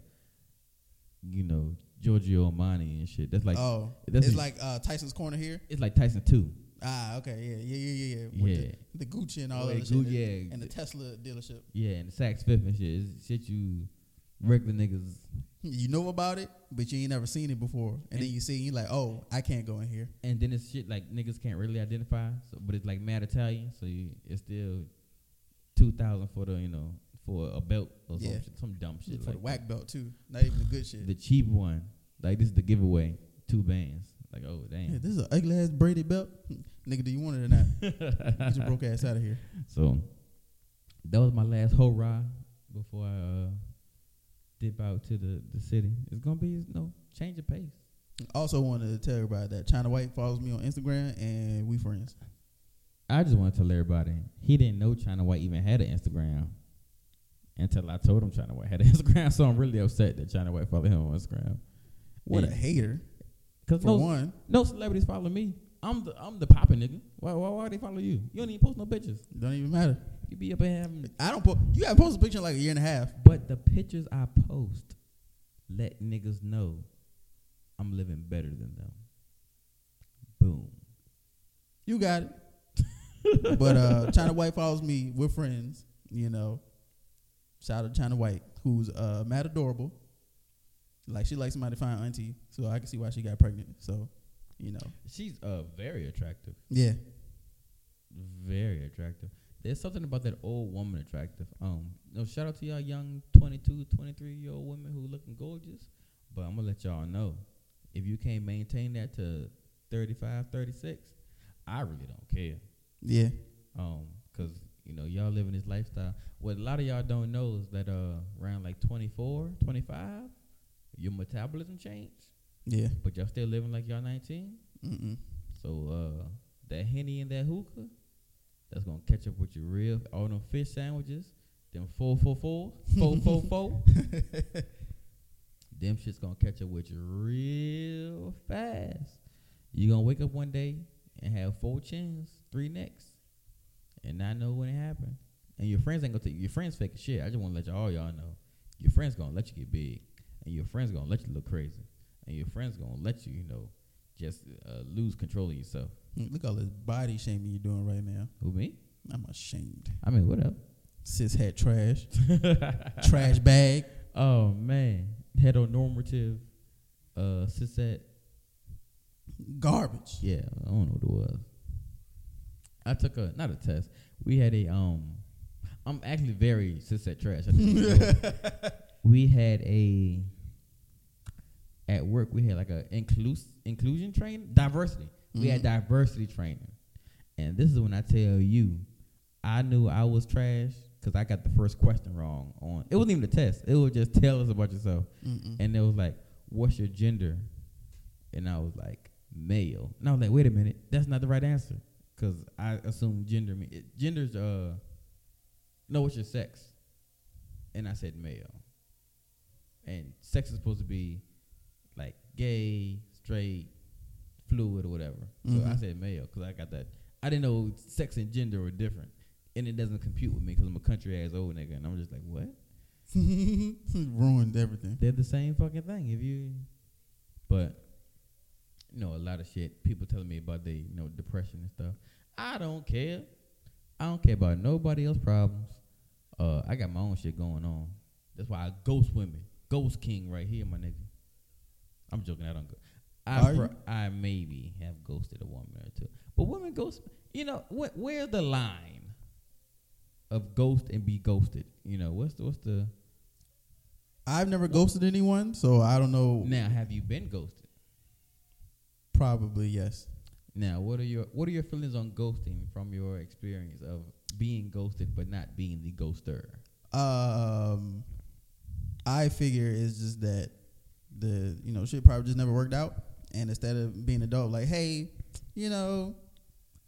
[SPEAKER 1] you know, Giorgio Armani and shit. That's like
[SPEAKER 2] oh,
[SPEAKER 1] that's
[SPEAKER 2] it's
[SPEAKER 1] a-
[SPEAKER 2] like uh, Tyson's Corner here.
[SPEAKER 1] it's like Tyson two.
[SPEAKER 2] Ah, okay, yeah, yeah, yeah, yeah, yeah. With
[SPEAKER 1] Yeah,
[SPEAKER 2] The, the Gucci and all
[SPEAKER 1] Like,
[SPEAKER 2] that
[SPEAKER 1] Gu-
[SPEAKER 2] shit.
[SPEAKER 1] yeah,
[SPEAKER 2] And the Tesla dealership.
[SPEAKER 1] yeah, and the Saks Fifth and shit. It's shit you regular niggas.
[SPEAKER 2] You know about it, but you ain't never seen it before. And, then you see, it, you like, oh, I can't go in here.
[SPEAKER 1] And then it's shit like niggas can't really identify, so, but it's like mad Italian, so you, it's still two thousand for the you know for a belt or some
[SPEAKER 2] Yeah.
[SPEAKER 1] shit, some dumb shit
[SPEAKER 2] for
[SPEAKER 1] like
[SPEAKER 2] the whack belt too. Not even the good shit.
[SPEAKER 1] the cheap one. Like this is the giveaway, two bands. Like oh damn,
[SPEAKER 2] Yeah, this is an ugly ass braided belt. Nigga, do you want it or not?
[SPEAKER 1] [LAUGHS]
[SPEAKER 2] Get your broke ass out of here.
[SPEAKER 1] So that was my last hurrah before I uh, dip out to the, the city. It's gonna be you know, change of pace.
[SPEAKER 2] Also wanted to tell everybody that China White follows me on Instagram and we friends.
[SPEAKER 1] I just want to tell everybody he didn't know China White even had an Instagram until I told him China White had an [LAUGHS] Instagram. So I'm really upset that China White followed him on Instagram.
[SPEAKER 2] What a
[SPEAKER 1] Yeah.
[SPEAKER 2] hater.
[SPEAKER 1] Cause
[SPEAKER 2] For
[SPEAKER 1] no,
[SPEAKER 2] one.
[SPEAKER 1] no celebrities follow me. I'm the I'm the popping nigga. Why why why they follow you? You don't even post no pictures.
[SPEAKER 2] Don't even matter.
[SPEAKER 1] You be up and having
[SPEAKER 2] I don't po- you gotta post a picture in like a year and a half.
[SPEAKER 1] But the pictures I post let niggas know I'm living better than them. Boom.
[SPEAKER 2] You got [LAUGHS] it. but uh China White follows me. We're friends, you know. Shout out to China White, who's uh mad adorable. Like she likes somebody fine auntie, so I can see why she got pregnant. So, you know.
[SPEAKER 1] She's uh very attractive.
[SPEAKER 2] Yeah.
[SPEAKER 1] Very attractive. There's something about that old woman attractive. Um, no shout out to y'all young 22, 23 year old women who looking gorgeous, but I'm gonna let y'all know if you can't maintain that to 35, 36, I really don't care.
[SPEAKER 2] Yeah.
[SPEAKER 1] Um, cause you know y'all living this lifestyle. What a lot of y'all don't know is that uh, around like 24, 25, your metabolism changed,
[SPEAKER 2] Yeah.
[SPEAKER 1] but y'all still living like y'all 19.
[SPEAKER 2] Mm-mm.
[SPEAKER 1] So uh, that henny and that hookah, that's gonna catch up with your real all them fish sandwiches, them four four four four four four. Them shit's gonna catch up with you real fast. You gonna wake up one day and have four chins, three necks, and not know when it happened. And your friends ain't gonna take your friends fake as shit. I just wanna let y'all all y'all know. Your friends gonna let you get big, and your friends gonna let you look crazy, and your friends gonna let you, you know, just uh, lose control of yourself.
[SPEAKER 2] Look at all this body shaming you're doing right now.
[SPEAKER 1] Who me?
[SPEAKER 2] I'm ashamed.
[SPEAKER 1] I mean, what up?
[SPEAKER 2] Sis had [LAUGHS] trash.
[SPEAKER 1] [LAUGHS]
[SPEAKER 2] trash bag.
[SPEAKER 1] Oh man, heteronormative, uh, cisette.
[SPEAKER 2] Garbage.
[SPEAKER 1] Yeah, I don't know what it was. I took a not a test. We had a um. I'm actually very cisette trash. I didn't even know. we had a at work. We had like a inclus inclusion training, diversity. We had diversity training, and this is when I tell you, I knew I was trash because I got the first question wrong. On it wasn't even a test. It was just tell us about yourself
[SPEAKER 2] Mm-mm.
[SPEAKER 1] and they was like, "What's your gender?" And I was like, "Male." And I was like, "Wait a minute, that's not the right answer, because I assume gender mean it, gender's uh, no, what's your sex? and I said male. And sex is supposed to be like gay, straight, fluid, or whatever. So I
[SPEAKER 2] Mhm.
[SPEAKER 1] said male because I got that. I didn't know sex and gender were different, and it doesn't compute with me because I'm a country ass old nigga, and I'm just like, what?
[SPEAKER 2] [LAUGHS] Ruined everything.
[SPEAKER 1] They're the same fucking thing. If you, but you know, a lot of shit. People telling me about the you know depression and stuff. I don't care. I don't care about nobody else's problems. Uh, I got my own shit going on. That's why I ghost women, ghost king right here, my nigga. I'm joking. I don't. Go- I
[SPEAKER 2] Are
[SPEAKER 1] pro-
[SPEAKER 2] you?
[SPEAKER 1] I maybe have ghosted a woman or two, but women ghost. You know what? Where's the line of ghost and be ghosted? You know what's the what's the
[SPEAKER 2] I've never ghosted anyone, so I don't know.
[SPEAKER 1] now? Have you been ghosted?
[SPEAKER 2] Probably yes.
[SPEAKER 1] Now, what are your what are your feelings on ghosting from your experience of being ghosted but not being the ghoster?
[SPEAKER 2] Um, I figure it's just that the you know shit probably just never worked out, and instead of being adult, like, hey, you know,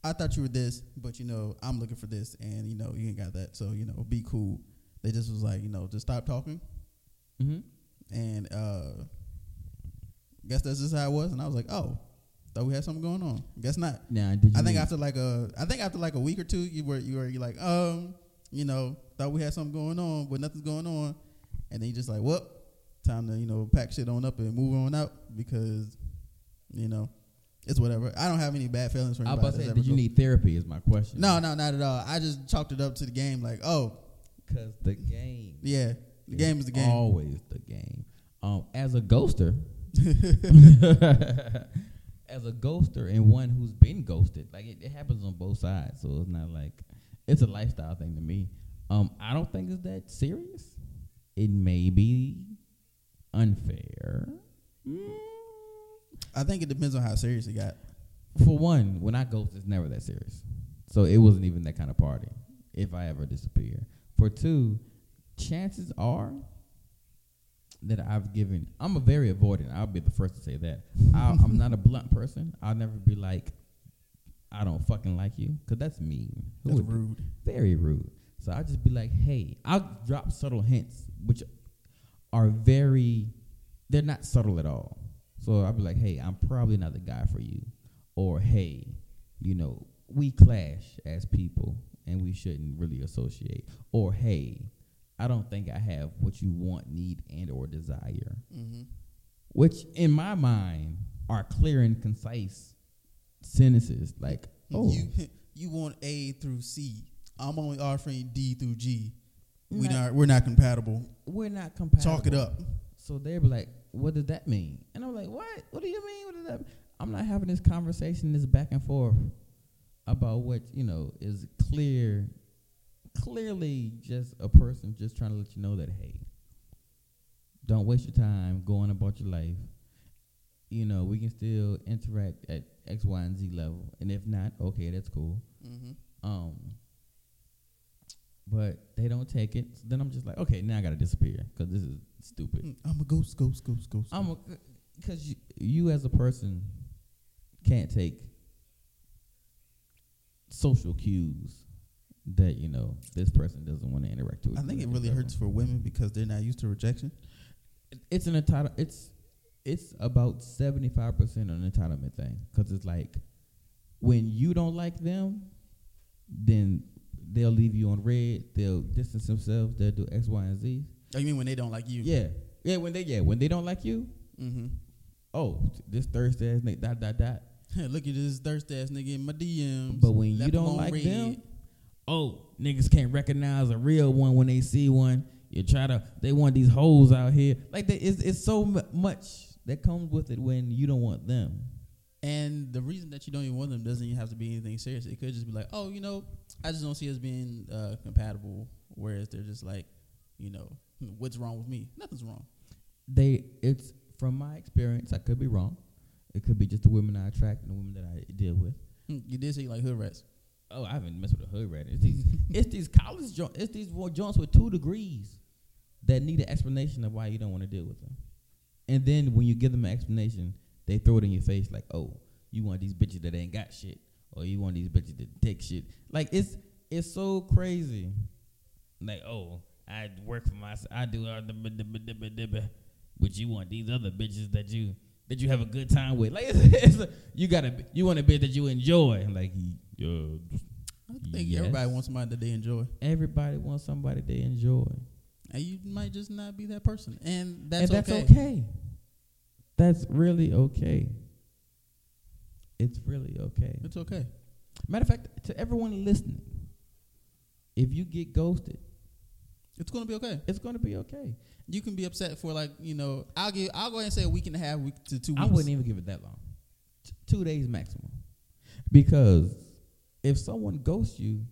[SPEAKER 2] I thought you were this, but you know, I'm looking for this, and you know, you ain't got that, so you know, be cool. They just was like, you know, just stop talking,
[SPEAKER 1] Mm-hmm.
[SPEAKER 2] and uh, guess that's just how it was. And I was like, oh, thought we had something going on. Guess not.
[SPEAKER 1] Now, did you
[SPEAKER 2] I think
[SPEAKER 1] meet-
[SPEAKER 2] after like a, I think after like a week or two, you were you were you like, um, you know, thought we had something going on, but nothing's going on, and then you just like, well, time to you know pack shit on up and move on out because, you know, it's whatever. I don't have any bad feelings for
[SPEAKER 1] I was
[SPEAKER 2] anybody.
[SPEAKER 1] about to
[SPEAKER 2] that's
[SPEAKER 1] say,
[SPEAKER 2] ever
[SPEAKER 1] did you
[SPEAKER 2] go-
[SPEAKER 1] need therapy? Is my question.
[SPEAKER 2] No, no, not at all. I just chalked it up to the game. Like, oh,
[SPEAKER 1] because the game.
[SPEAKER 2] yeah, the game is the game.
[SPEAKER 1] Always the game. Um, as a ghoster, as a ghoster and one who's been ghosted, like it, it happens on both sides. So it's not like it's a lifestyle thing to me. Um, I don't think it's that serious. It may be unfair. Mm.
[SPEAKER 2] [LAUGHS] I think it depends on how serious it got.
[SPEAKER 1] For one, when I ghost, it's never that serious. So it wasn't even that kind of party. If I ever disappear. For two, chances are that I've given. I'm a very avoidant. I'll be the first to say that. I, I'm not a blunt person. I'll never be like, I don't fucking like you, because that's mean. Who
[SPEAKER 2] That's
[SPEAKER 1] would-
[SPEAKER 2] rude.
[SPEAKER 1] Very rude. So I just be like, hey, I'll drop subtle hints, which are very, they're not subtle at all. So I'll be like, hey, I'm probably not the guy for you, or hey, you know, we clash as people and we shouldn't really associate, or hey, I don't think I have what you want, need, and or desire
[SPEAKER 2] Mm-hmm.
[SPEAKER 1] which in my mind are clear and concise sentences. Like, oh,
[SPEAKER 2] You [LAUGHS] you want A through C. I'm only offering D through G. We
[SPEAKER 1] Like-
[SPEAKER 2] not we're not compatible.
[SPEAKER 1] we're not compatible.
[SPEAKER 2] Talk it up.
[SPEAKER 1] So they were like, "What does that mean?" And I'm like, "What? What do you mean? What does that?" I'm not having this conversation, this back and forth about what you know is clear, clearly just a person just trying to let you know that hey, don't waste your time going about your life. You know, we can still interact at X, Y, and Z level, and if not, okay, that's cool.
[SPEAKER 2] Mm-hmm.
[SPEAKER 1] Um, but they don't take it. So then I'm just like, okay, now I gotta disappear because this is stupid.
[SPEAKER 2] I'm a ghost, ghost, ghost, ghost.
[SPEAKER 1] I'm a, cause you, you as a person can't take social cues that you know this person doesn't want to interact with.
[SPEAKER 2] I
[SPEAKER 1] you
[SPEAKER 2] think it
[SPEAKER 1] at
[SPEAKER 2] really
[SPEAKER 1] this
[SPEAKER 2] hurts
[SPEAKER 1] level.
[SPEAKER 2] for women because they're not used to rejection.
[SPEAKER 1] It's an entitle. It's it's about seventy five percent an entitlement thing because it's like when you don't like them, then they'll leave you on red. They'll distance themselves. They'll do X, Y, and Z.
[SPEAKER 2] Oh, you mean when they don't like you?
[SPEAKER 1] Yeah, yeah. When they yeah when they don't like you,
[SPEAKER 2] Mm-hmm. [LAUGHS]
[SPEAKER 1] oh this Thursday ass nigga dot dot dot.
[SPEAKER 2] Look at this thirsty ass nigga in my DMs.
[SPEAKER 1] But when you
[SPEAKER 2] Left him
[SPEAKER 1] don't
[SPEAKER 2] on
[SPEAKER 1] like
[SPEAKER 2] red.
[SPEAKER 1] them, oh, niggas can't recognize a real one when they see one. You try to, they want these hoes out here. Like, they, it's, it's so mu- much that comes with it when you don't want them.
[SPEAKER 2] and the reason that you don't even want them doesn't even have to be anything serious. It could just be like, oh, you know, I just don't see us being uh, compatible. Whereas they're just like, you know, "Hmm, what's wrong with me? Nothing's wrong.
[SPEAKER 1] They, it's from my experience, I could be wrong. It could be just the women I attract and the women that I deal with.
[SPEAKER 2] Hmm, You did say like hood rats.
[SPEAKER 1] Oh, I haven't messed with a hood rat. It's these, it's these college joints. It's these wa- joints with two degrees that need an explanation of why you don't want to deal with them. And then when you give them an explanation, they throw it in your face like, "Oh, you want these bitches that ain't got shit, or you want these bitches that take shit." Like it's it's so crazy. Like, oh,
[SPEAKER 3] I work for myself. I do all the b- b- b- b- b- b- but you want these other bitches that you that you have a good time with. Like
[SPEAKER 1] [LAUGHS]
[SPEAKER 3] it's, it's a, you got to you want a bitch that you enjoy. And Like yo,
[SPEAKER 2] I think everybody
[SPEAKER 1] Yes.
[SPEAKER 2] wants somebody that they enjoy,
[SPEAKER 1] Everybody wants somebody they enjoy.
[SPEAKER 2] and you might just not be that person, and that's,
[SPEAKER 1] and that's okay.
[SPEAKER 2] okay.
[SPEAKER 1] That's really okay. It's really okay.
[SPEAKER 2] It's okay.
[SPEAKER 1] Matter of fact, to everyone listening, if you get ghosted,
[SPEAKER 2] It's gonna be okay.
[SPEAKER 1] it's gonna be okay.
[SPEAKER 2] You can be upset for like you know. I'll give. I'll go ahead and say a week and a half, week to two. Weeks.
[SPEAKER 1] I wouldn't even give it that long. T- two days maximum. Because if someone ghosts you,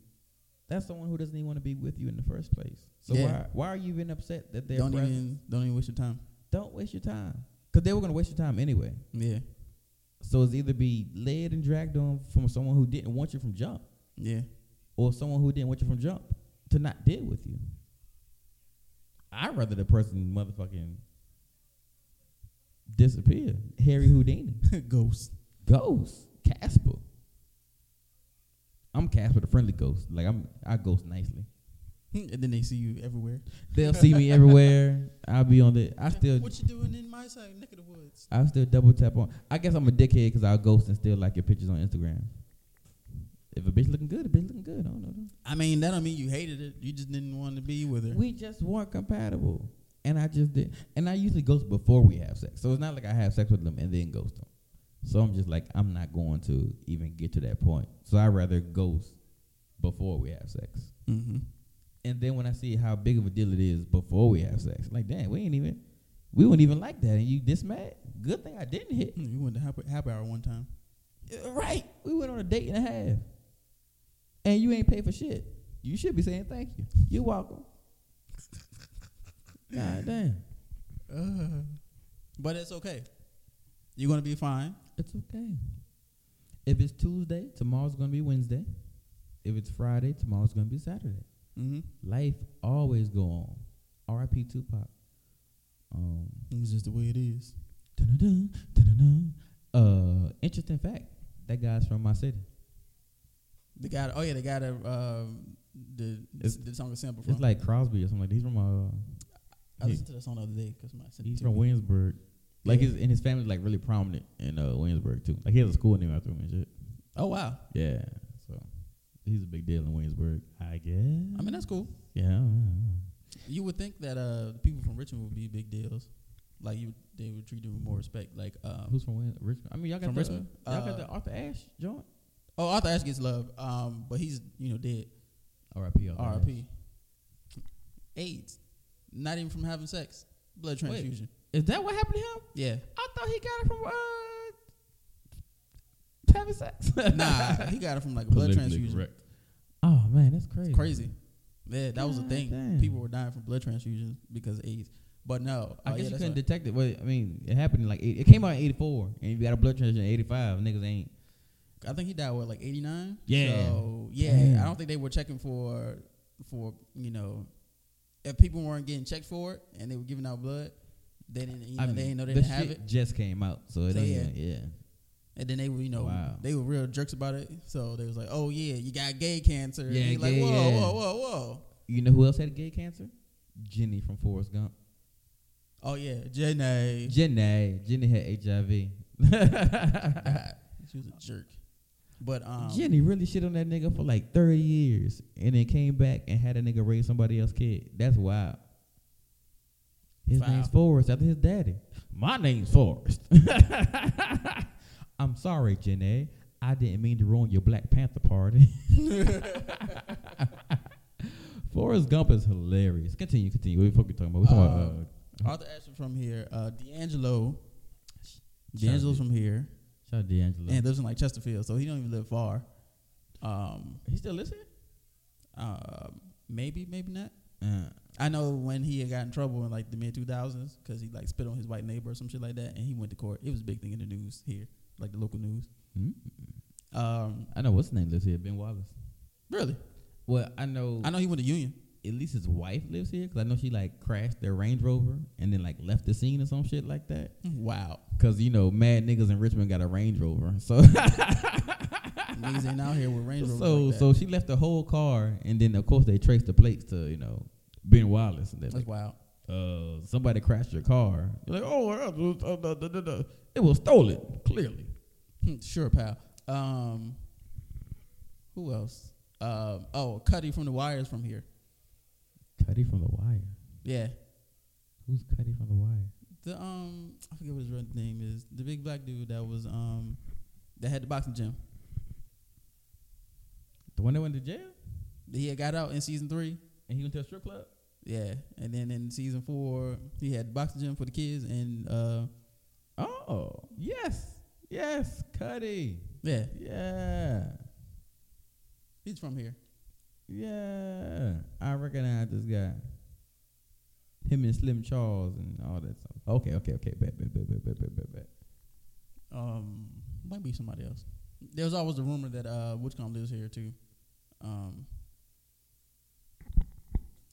[SPEAKER 1] that's someone who doesn't even want to be with you in the first place. So
[SPEAKER 2] Yeah.
[SPEAKER 1] why why are you even upset that they're
[SPEAKER 2] don't
[SPEAKER 1] present?
[SPEAKER 2] even don't even waste your time.
[SPEAKER 1] don't waste your time because they were gonna waste your time anyway.
[SPEAKER 2] Yeah,
[SPEAKER 1] So it's either be led and dragged on from someone who didn't want you from jump,
[SPEAKER 2] yeah.
[SPEAKER 1] or someone who didn't want you from jump to not deal with you. I'd rather the person motherfucking disappear, Harry Houdini.
[SPEAKER 2] Ghost.
[SPEAKER 1] [LAUGHS] Ghost. Casper. I'm Casper, the friendly ghost. Like I'm, I ghost nicely.
[SPEAKER 2] [LAUGHS] and then they see you everywhere.
[SPEAKER 1] They'll see me everywhere. I'll be on the. I still,
[SPEAKER 2] What you doing in my side, neck of the woods?
[SPEAKER 1] I still double tap on. I guess I'm a dickhead because I'll ghost and still like your pictures on Instagram. If a bitch looking good, a bitch looking good. I don't know.
[SPEAKER 2] I mean, that don't mean you hated it. You just didn't want to be with her.
[SPEAKER 1] We just weren't compatible, and I just did. And I usually ghost before we have sex, so it's not like I have sex with them and then ghost them. So I'm just like, I'm not going to even get to that point. So I would rather ghost before we have sex.
[SPEAKER 2] mm-hmm.
[SPEAKER 1] And then when I see how big of a deal it is before we have sex, like damn, we ain't even, we wouldn't even like that, and you this mad? Good thing I didn't hit.
[SPEAKER 2] Hmm, You went to happy, happy hour one time.
[SPEAKER 1] Uh, Right? We went on a date and a half, and you ain't paid for shit. You should be saying thank you. You're welcome. God damn,
[SPEAKER 2] Uh, but it's okay. You're gonna be fine.
[SPEAKER 1] it's okay. If it's Tuesday, tomorrow's gonna be Wednesday. If it's Friday, tomorrow's gonna be Saturday.
[SPEAKER 2] Mm-hmm.
[SPEAKER 1] Life always go on. R.I.P. Tupac. Um,
[SPEAKER 2] It's just the way it is.
[SPEAKER 1] Dun-dun-dun, dun-dun-dun. Uh, interesting fact. That guy's from my city.
[SPEAKER 2] The guy. Oh yeah, the guy that um, the
[SPEAKER 1] It's-
[SPEAKER 2] the song is sample from.
[SPEAKER 1] It's like Crosby or something like. That. He's from uh,
[SPEAKER 2] I listened to that song the other day because my
[SPEAKER 1] he's from Williamsburg. Like
[SPEAKER 2] Yeah.
[SPEAKER 1] his and his family's like really prominent in uh Williamsburg too. Like he has a school name after him and shit.
[SPEAKER 2] Oh wow.
[SPEAKER 1] Yeah, so he's a big deal in Williamsburg, I guess.
[SPEAKER 2] I mean that's cool.
[SPEAKER 1] yeah, yeah, yeah.
[SPEAKER 2] You would think that uh people from Richmond would be big deals, like you they would treat them with more respect. Like um,
[SPEAKER 1] who's from William, Richmond? I mean, y'all got
[SPEAKER 2] From
[SPEAKER 1] the,
[SPEAKER 2] Richmond?
[SPEAKER 1] Y'all
[SPEAKER 2] Uh,
[SPEAKER 1] got the Arthur Ashe joint.
[SPEAKER 2] oh Arthur Ashe gets love, um, but he's you know dead.
[SPEAKER 1] R.I.P. Arthur Ashe.
[SPEAKER 2] R.I.P. AIDS, not even from having sex, blood transfusion.
[SPEAKER 1] Is that what happened to him? [LAUGHS]
[SPEAKER 2] Yeah,
[SPEAKER 1] I thought he got it from uh having [LAUGHS] sex.
[SPEAKER 2] nah, he got it from like a blood transfusion.
[SPEAKER 1] Oh man, that's crazy.
[SPEAKER 2] It's crazy. Yeah, that was a
[SPEAKER 1] God
[SPEAKER 2] thing.
[SPEAKER 1] damn.
[SPEAKER 2] People were dying from blood transfusions because of AIDS. But no,
[SPEAKER 1] I guess
[SPEAKER 2] oh, yeah,
[SPEAKER 1] you
[SPEAKER 2] that's
[SPEAKER 1] couldn't
[SPEAKER 2] right.
[SPEAKER 1] detect it. Well, I mean, it happened in like eight, it came out in '84, and if you got a blood transfusion in '85. Niggas ain't.
[SPEAKER 2] I think he died what like eighty nine.
[SPEAKER 1] Yeah.
[SPEAKER 2] So yeah,
[SPEAKER 1] Damn.
[SPEAKER 2] I don't think they were checking for for you know if people weren't getting checked for it and they were giving out blood, they didn't you know,
[SPEAKER 1] I mean,
[SPEAKER 2] they didn't know they
[SPEAKER 1] the
[SPEAKER 2] didn't have
[SPEAKER 1] shit
[SPEAKER 2] it,
[SPEAKER 1] Just came out, so it
[SPEAKER 2] So,
[SPEAKER 1] ain't. Yeah.
[SPEAKER 2] and then they were you know
[SPEAKER 1] Wow.
[SPEAKER 2] they were real jerks about it. So they was like, oh yeah, you got gay cancer.
[SPEAKER 1] Yeah,
[SPEAKER 2] and you like
[SPEAKER 1] gay,
[SPEAKER 2] whoa
[SPEAKER 1] yeah.
[SPEAKER 2] whoa whoa whoa.
[SPEAKER 1] You know who else had gay cancer? Jenny from Forrest Gump.
[SPEAKER 2] Oh yeah, Jenny.
[SPEAKER 1] Jenny. Jenny had
[SPEAKER 2] [LAUGHS]
[SPEAKER 1] HIV.
[SPEAKER 2] God, she was a jerk. But um,
[SPEAKER 1] Jenny really shit on that nigga for like 30 years, and then came back and had a nigga raise somebody else's kid. That's wild. His
[SPEAKER 2] Foul.
[SPEAKER 1] name's Forrest after his daddy. My name's Forrest. [LAUGHS] I'm sorry, Jenny. I didn't mean to ruin your Black Panther party. [LAUGHS] Forrest Gump is hilarious. Continue, continue. What the fuck we talking about? We talking about uh,
[SPEAKER 2] Um, Arthur Ashe was from here. Uh, D'Angelo.
[SPEAKER 1] Shout out
[SPEAKER 2] D'Angelo's
[SPEAKER 1] to-
[SPEAKER 2] from here.
[SPEAKER 1] shout out D'Angelo.
[SPEAKER 2] and lives in like Chesterfield, so he don't even live far. Um,
[SPEAKER 1] he still listening?
[SPEAKER 2] uh, maybe, maybe not.
[SPEAKER 1] Uh,
[SPEAKER 2] I know when he had got in trouble in like the mid two thousands because he like spit on his white neighbor or some shit like that, and he went to court. It was a big thing in the news here, like the local news.
[SPEAKER 1] hmm?
[SPEAKER 2] Um,
[SPEAKER 1] I know what's his name lives here. Ben Wallace.
[SPEAKER 2] really,
[SPEAKER 1] Well, I know.
[SPEAKER 2] I know he went to Union.
[SPEAKER 1] at least his wife lives here because I know she like crashed their Range Rover and then like left the scene or some shit like that.
[SPEAKER 2] Wow,
[SPEAKER 1] Cause you know, mad niggas in Richmond got a Range Rover, [LAUGHS] so [LAUGHS]
[SPEAKER 2] niggas ain't out here with Range Rovers.
[SPEAKER 1] so
[SPEAKER 2] like that.
[SPEAKER 1] so she left the whole car, and then of course they traced the plates to you know Ben Wallace. And that,
[SPEAKER 2] That's wild.
[SPEAKER 1] uh, somebody crashed your car. You're like, oh, uh, uh, uh, duh, duh, duh." it was stolen, clearly.
[SPEAKER 2] Hmm, sure, pal. Um, who else? Um, oh, Cuddy from the Wires from here.
[SPEAKER 1] Cuddy from The Wire.
[SPEAKER 2] Yeah.
[SPEAKER 1] Who's Cuddy from The Wire?
[SPEAKER 2] The um, I forget what his real name is. The big black dude that was um, that had the boxing gym.
[SPEAKER 1] The one that went to jail
[SPEAKER 2] He had got out in season three.
[SPEAKER 1] and he went to a strip club.
[SPEAKER 2] Yeah, and then in season four, he had the boxing gym for the kids, and uh,
[SPEAKER 1] Oh, yes, yes, Cuddy.
[SPEAKER 2] yeah,
[SPEAKER 1] Yeah,
[SPEAKER 2] he's from here.
[SPEAKER 1] yeah. I recognize this guy. Him and Slim Charles and all that stuff. Okay, okay, okay. Bet, bet, bet, bet, bet, bet, bet, bet.
[SPEAKER 2] Um, might be somebody else. There was always a rumor that uh, Witchcomb lives here too. Um,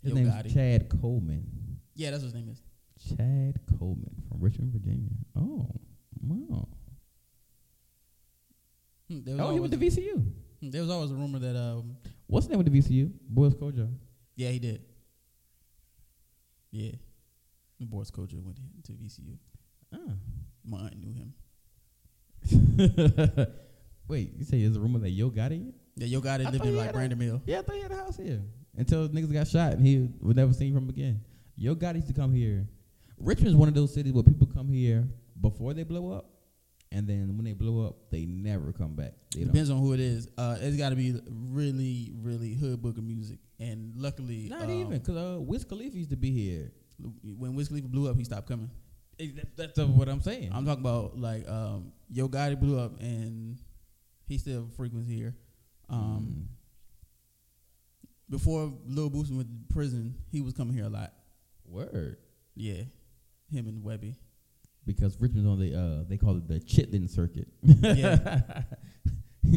[SPEAKER 1] His
[SPEAKER 2] Yo
[SPEAKER 1] name's
[SPEAKER 2] Gotti.
[SPEAKER 1] Chad Coleman.
[SPEAKER 2] yeah, that's what his name is.
[SPEAKER 1] Chad Coleman from Richmond, Virginia. Oh, wow.
[SPEAKER 2] Hmm, There was
[SPEAKER 1] Oh, he went to
[SPEAKER 2] always-
[SPEAKER 1] VCU.
[SPEAKER 2] hmm, There was always a rumor that um,
[SPEAKER 1] What's the name of the VCU? Boys Kojo.
[SPEAKER 2] yeah, he did. Yeah, the boys coach went to VCU.
[SPEAKER 1] Ah.
[SPEAKER 2] My aunt knew him.
[SPEAKER 1] Oh. [LAUGHS] Wait, you say there's a rumor that Yo Gotti?
[SPEAKER 2] Yeah, yo guy
[SPEAKER 1] I
[SPEAKER 2] that lived
[SPEAKER 1] thought
[SPEAKER 2] in
[SPEAKER 1] he
[SPEAKER 2] like
[SPEAKER 1] had a-
[SPEAKER 2] Brandon Mill.
[SPEAKER 1] Yeah, I thought he had a house here. Until niggas got shot and he would never seen from again. Yo Gotti used to come here. Richmond's one of those cities where people come here before they blow up, and then when they blow up, they never come back. They don't.
[SPEAKER 2] Depends on who it is. Uh, it's got to be really, really hood booger music. And luckily,
[SPEAKER 1] Not
[SPEAKER 2] um,
[SPEAKER 1] even, because uh, Wiz Khalifa used to be here.
[SPEAKER 2] when Wiz Khalifa blew up, he stopped coming.
[SPEAKER 1] That- That's what I'm saying.
[SPEAKER 2] I'm talking about like um, Yo Gotti blew up, and he still frequents here. Um,
[SPEAKER 1] Mm.
[SPEAKER 2] Before Lil Boosie went to prison, he was coming here a lot.
[SPEAKER 1] Mm. word.
[SPEAKER 2] Yeah, him and Webby.
[SPEAKER 1] because Richmond's on the uh they call it the Chitlin circuit.
[SPEAKER 2] Yeah.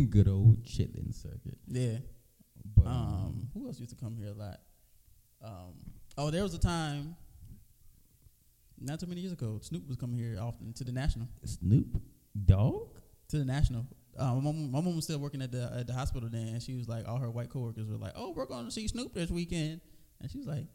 [SPEAKER 1] [LAUGHS] Good old Chitlin circuit.
[SPEAKER 2] Yeah.
[SPEAKER 1] But
[SPEAKER 2] Um, who else used to come here a lot? Um, oh, there was a time, not too many years ago, Snoop was coming here often to the National.
[SPEAKER 1] Snoop Dogg?
[SPEAKER 2] to the national. Uh, my, mom, my mom was still working at the at the hospital then, and she was like, all her white coworkers were like, "Oh, we're going to see Snoop this weekend," and she was like,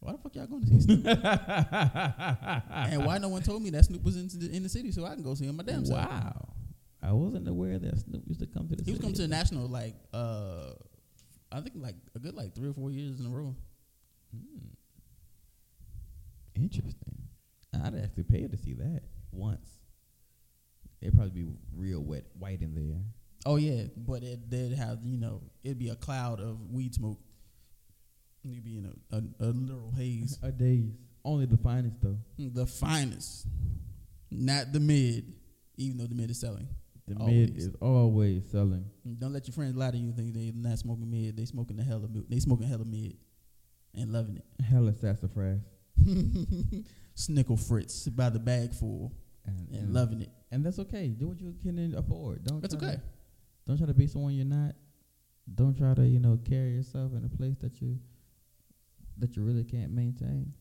[SPEAKER 2] "Why the fuck y'all going to see [LAUGHS] Snoop? and
[SPEAKER 1] [LAUGHS] and
[SPEAKER 2] why no one told me that Snoop was in the, in the city so I can go see him my damn self?"
[SPEAKER 1] Wow. I wasn't aware that Snoop used to come to the
[SPEAKER 2] He was
[SPEAKER 1] city.
[SPEAKER 2] coming to the national like uh, I think like a good like three or four years in a row.
[SPEAKER 1] Hmm. Interesting. I'd actually pay to see that once. It'd probably be real wet white in there.
[SPEAKER 2] Oh yeah, but it did have you know it'd be a cloud of weed smoke. You'd be in a, a, a literal haze.
[SPEAKER 1] A days. Only the finest though.
[SPEAKER 2] the finest, not the mid, even though the mid is selling.
[SPEAKER 1] The
[SPEAKER 2] Always.
[SPEAKER 1] mid is always selling.
[SPEAKER 2] Don't let your friends lie to you and think they not smoking mid. They smoking the hell of mid. They smoking hella mid and loving
[SPEAKER 1] Hella sassafras.
[SPEAKER 2] it. [LAUGHS] Snickle Fritz by the bag full
[SPEAKER 1] and,
[SPEAKER 2] and loving it.
[SPEAKER 1] and that's okay. Do what you can afford. Don't
[SPEAKER 2] That's
[SPEAKER 1] try
[SPEAKER 2] okay.
[SPEAKER 1] To, don't try to be someone you're not. Don't try to you know carry yourself in a place that you that you really can't maintain.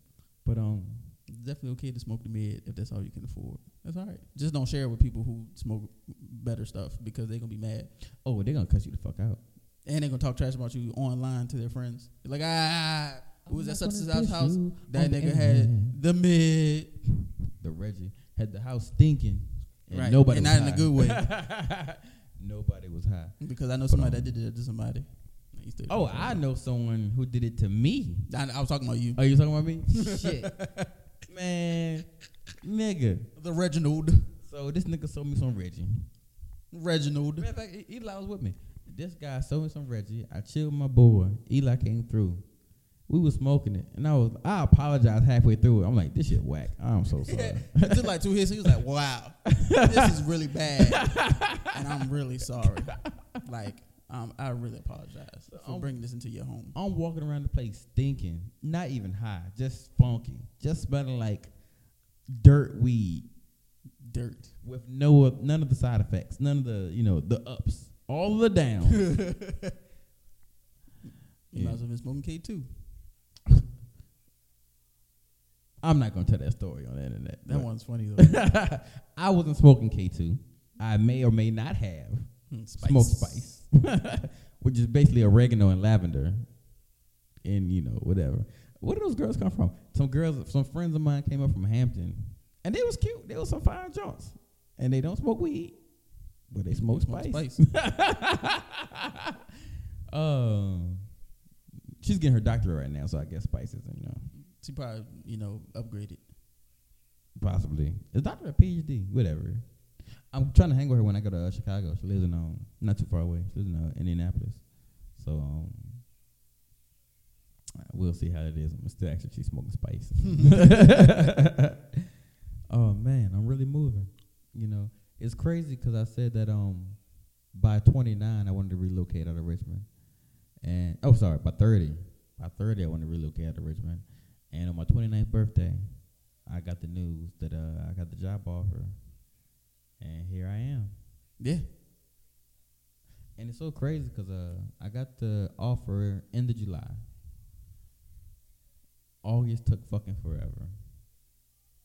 [SPEAKER 1] But um,
[SPEAKER 2] It's definitely okay to smoke the mid if that's all you can afford. That's all right. Just don't share it with people who smoke better stuff because they're gonna be mad
[SPEAKER 1] oh, they're gonna cuss you the fuck out.
[SPEAKER 2] and they're gonna talk trash about you online to their friends. Like ah, it was
[SPEAKER 1] I'm
[SPEAKER 2] at
[SPEAKER 1] not
[SPEAKER 2] such and
[SPEAKER 1] gonna
[SPEAKER 2] such
[SPEAKER 1] diss
[SPEAKER 2] house.
[SPEAKER 1] you
[SPEAKER 2] That
[SPEAKER 1] on the
[SPEAKER 2] nigga
[SPEAKER 1] internet.
[SPEAKER 2] had the mid.
[SPEAKER 1] the Reggie had the house stinking, and
[SPEAKER 2] Right.
[SPEAKER 1] nobody
[SPEAKER 2] And
[SPEAKER 1] was
[SPEAKER 2] not in a
[SPEAKER 1] high.
[SPEAKER 2] good
[SPEAKER 1] [LAUGHS] nobody was
[SPEAKER 2] [LAUGHS]
[SPEAKER 1] high. [LAUGHS]
[SPEAKER 2] Because I know somebody
[SPEAKER 1] um,
[SPEAKER 2] that did it to somebody. I used to-
[SPEAKER 1] Oh, I know someone who did it to me.
[SPEAKER 2] I, I was talking about you,
[SPEAKER 1] Are Oh, you talking about
[SPEAKER 2] [LAUGHS]
[SPEAKER 1] me? Shit, man, nigga.
[SPEAKER 2] the Reginald.
[SPEAKER 1] So this nigga sold me some Reggie.
[SPEAKER 2] Reginald.
[SPEAKER 1] Matter of fact, E- Eli was with me. This guy sold me some Reggie. I chilled my boy. Eli came through. We was smoking it, and I was I apologized halfway through it. I'm like, this shit whack. I'm so sorry.
[SPEAKER 2] [LAUGHS] it took like two hits. He was like, "Wow, this is really bad, and I'm really sorry. Like, um, I really apologize for
[SPEAKER 1] Um,
[SPEAKER 2] bringing this into your home."
[SPEAKER 1] I'm walking around the place stinking, not even high, just funky, just smelling like dirt weed
[SPEAKER 2] Dirt.
[SPEAKER 1] with no none of the side effects, none of the you know the ups, all the [LAUGHS]
[SPEAKER 2] [LAUGHS]
[SPEAKER 1] downs.
[SPEAKER 2] you
[SPEAKER 1] Yeah.
[SPEAKER 2] might as well been smoking K two.
[SPEAKER 1] I'm not gonna tell that story on the internet.
[SPEAKER 2] That
[SPEAKER 1] but-
[SPEAKER 2] one's funny
[SPEAKER 1] [LAUGHS]
[SPEAKER 2] though.
[SPEAKER 1] I wasn't smoking K2. I may or may not have
[SPEAKER 2] Hmm,
[SPEAKER 1] smoked spice, [LAUGHS] which is basically oregano and lavender, and you know whatever. Where did those girls come from? Some girls, some friends of mine came up from Hampton, and they was cute. They was some fine jaunts, and they don't smoke weed, but they smoke
[SPEAKER 2] Smoke
[SPEAKER 1] spice. [LAUGHS] um, she's getting her doctorate right now, so I guess spice isn't you know
[SPEAKER 2] [LAUGHS] She probably, you know, upgraded.
[SPEAKER 1] possibly is doctor a PhD, whatever. I'm trying to hang with her when I go to uh, Chicago. She lives in um not too far away. She lives in uh, Indianapolis, so um. We'll see how it is. I'm still actually she's smoking spice. [LAUGHS] oh man, I'm really moving. You know, it's crazy because I said that um by 29 I wanted to relocate out of Richmond, and oh sorry by 30 by 30 I wanted to relocate out of Richmond, and on my 29th birthday I got the news that uh I got the job offer, and here I am.
[SPEAKER 2] Yeah.
[SPEAKER 1] And it's so crazy because uh, I got the offer end of July. August took fucking forever.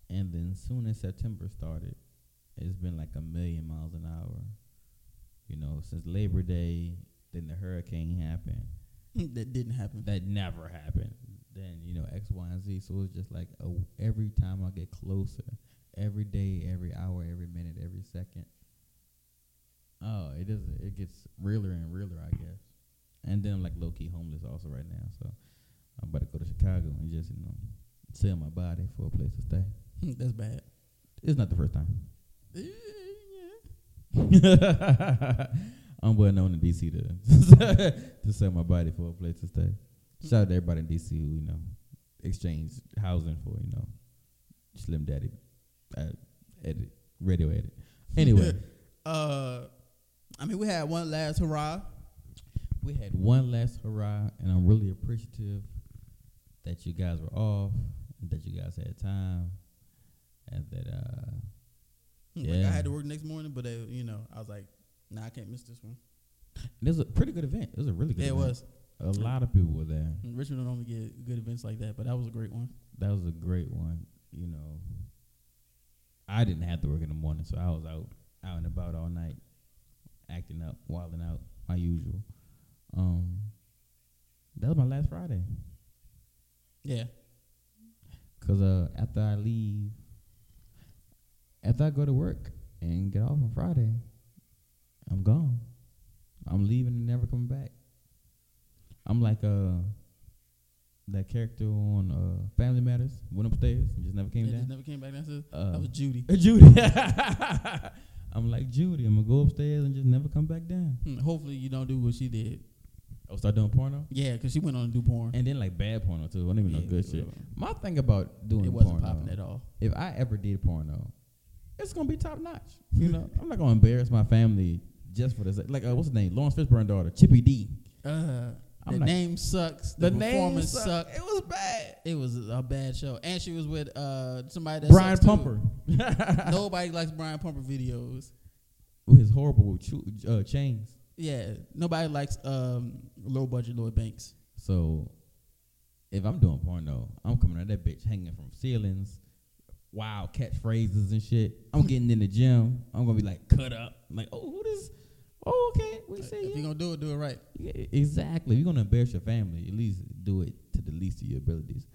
[SPEAKER 1] And then soon as September started, it's been like a million miles an hour. You know, since Labor Day, then the hurricane happened.
[SPEAKER 2] [LAUGHS] That didn't happen. [LAUGHS]
[SPEAKER 1] That never happened. Then, you know, X, Y, and Z. So it's just like a, every time I get closer, every day, every hour, every minute, every second. Oh, it doesn't. It gets realer and realer, I guess. And then I'm like low key homeless also right now, so I'm about to go to Chicago and just you know sell my body for a place to stay.
[SPEAKER 2] That's bad.
[SPEAKER 1] It's not the first time.
[SPEAKER 2] Eh, Yeah.
[SPEAKER 1] [LAUGHS] I'm well known in DC to [LAUGHS] to sell my body for a place to stay. Shout out to everybody in DC who you know exchange housing for you know Slim Daddy uh, edit radio edit. [LAUGHS] Anyway,
[SPEAKER 2] [LAUGHS] Uh, I mean, we had one last hurrah. [LAUGHS]
[SPEAKER 1] we had one last hurrah, and I'm really appreciative that you guys were off, and that you guys had time, and that uh,
[SPEAKER 2] Like
[SPEAKER 1] Yeah.
[SPEAKER 2] I had to work next morning, but uh, you know, I was like, nah, I can't miss this one.
[SPEAKER 1] it was a pretty good event. It was a really good.
[SPEAKER 2] Yeah, it
[SPEAKER 1] event.
[SPEAKER 2] was.
[SPEAKER 1] A lot of people were there.
[SPEAKER 2] Richmond don't normally get good events like that, but that was a great one.
[SPEAKER 1] That was a great one. You know, I didn't have to work in the morning, so I was out, out and about all night, acting up, wilding out, my usual. Um, that was my last Friday,
[SPEAKER 2] Yeah.
[SPEAKER 1] cause uh, after I leave, after I go to work and get off on Friday, I'm gone. I'm leaving and never coming back. I'm like uh, that character on uh, Family Matters went upstairs and just never came
[SPEAKER 2] Yeah,
[SPEAKER 1] down.
[SPEAKER 2] just never came back downstairs.
[SPEAKER 1] Uh,
[SPEAKER 2] that was Judy. [LAUGHS]
[SPEAKER 1] Judy. [LAUGHS] I'm like Judy. I'm gonna go upstairs and just never come back down.
[SPEAKER 2] Hmm, Hopefully, you don't do what she did.
[SPEAKER 1] Oh, start doing porno,
[SPEAKER 2] Yeah, because she went on to do porn.
[SPEAKER 1] and then like bad porno too. I don't even know
[SPEAKER 2] Yeah,
[SPEAKER 1] good
[SPEAKER 2] it
[SPEAKER 1] shit.
[SPEAKER 2] was-
[SPEAKER 1] My thing about doing
[SPEAKER 2] It wasn't
[SPEAKER 1] porno,
[SPEAKER 2] popping at all.
[SPEAKER 1] if I ever did porno, it's gonna be top notch.
[SPEAKER 2] [LAUGHS]
[SPEAKER 1] You know, I'm not gonna embarrass my family just for this. Like, uh, what's his name? Lawrence Fishburne daughter, Chippy D.
[SPEAKER 2] Uh,
[SPEAKER 1] I'm
[SPEAKER 2] the
[SPEAKER 1] not-
[SPEAKER 2] name sucks. The, performance
[SPEAKER 1] sucked.
[SPEAKER 2] sucked.
[SPEAKER 1] It was bad.
[SPEAKER 2] It was a bad show, and she was with uh somebody that
[SPEAKER 1] Brian
[SPEAKER 2] sucks too.
[SPEAKER 1] Pumper. [LAUGHS]
[SPEAKER 2] Nobody likes Brian Pumper videos.
[SPEAKER 1] with his horrible chu- uh, chains.
[SPEAKER 2] Yeah, nobody likes um low budget Lloyd Banks.
[SPEAKER 1] So if I'm doing porno, I'm coming out of that bitch hanging from ceilings, wild catchphrases and shit. I'm getting in the gym. I'm gonna be like cut up. I'm like, oh, who this? Oh, okay. We
[SPEAKER 2] If
[SPEAKER 1] see
[SPEAKER 2] you're
[SPEAKER 1] you.
[SPEAKER 2] gonna do it, do it right.
[SPEAKER 1] Yeah, exactly. You're gonna embarrass your family. At least do it to the least of your abilities.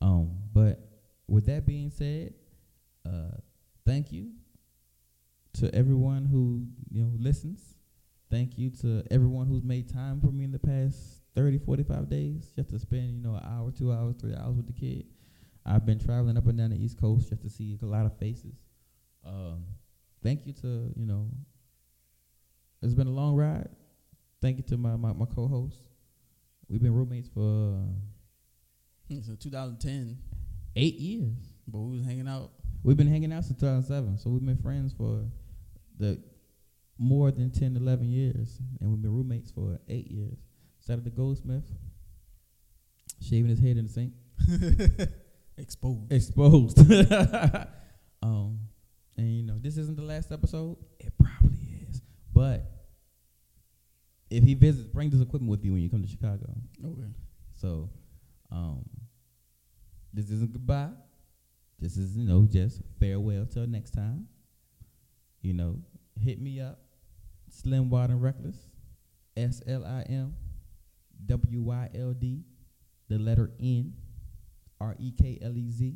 [SPEAKER 1] Um, but with that being said, uh, thank you to everyone who you know listens. Thank you to everyone who's made time for me in the past 30, 45 days just to spend, you know, an hour, two hours, three hours with the kid. I've been traveling up and down the East Coast just to see a lot of faces. Um, thank you to, you know, it's been a long ride. Thank you to my, my, my co host. We've been roommates for uh,
[SPEAKER 2] Hmm, So 2010,
[SPEAKER 1] eight years.
[SPEAKER 2] but we was hanging out. [LAUGHS]
[SPEAKER 1] We've been hanging out since 2007, so we've been friends for the more than 10, 11 years, and we've been roommates for eight years. Started the Goldsmith, shaving his head in the sink,
[SPEAKER 2] Exposed.
[SPEAKER 1] exposed. [LAUGHS] um, and you know, this isn't the last episode. It probably is, but if he visits, bring this equipment with you when you come to Chicago.
[SPEAKER 2] Okay.
[SPEAKER 1] So, um, this isn't goodbye. This is you know just farewell till next time. You know, hit me up, Slim Wild and Reckless, S L I M W Y L D, the letter N R E K L E Z. You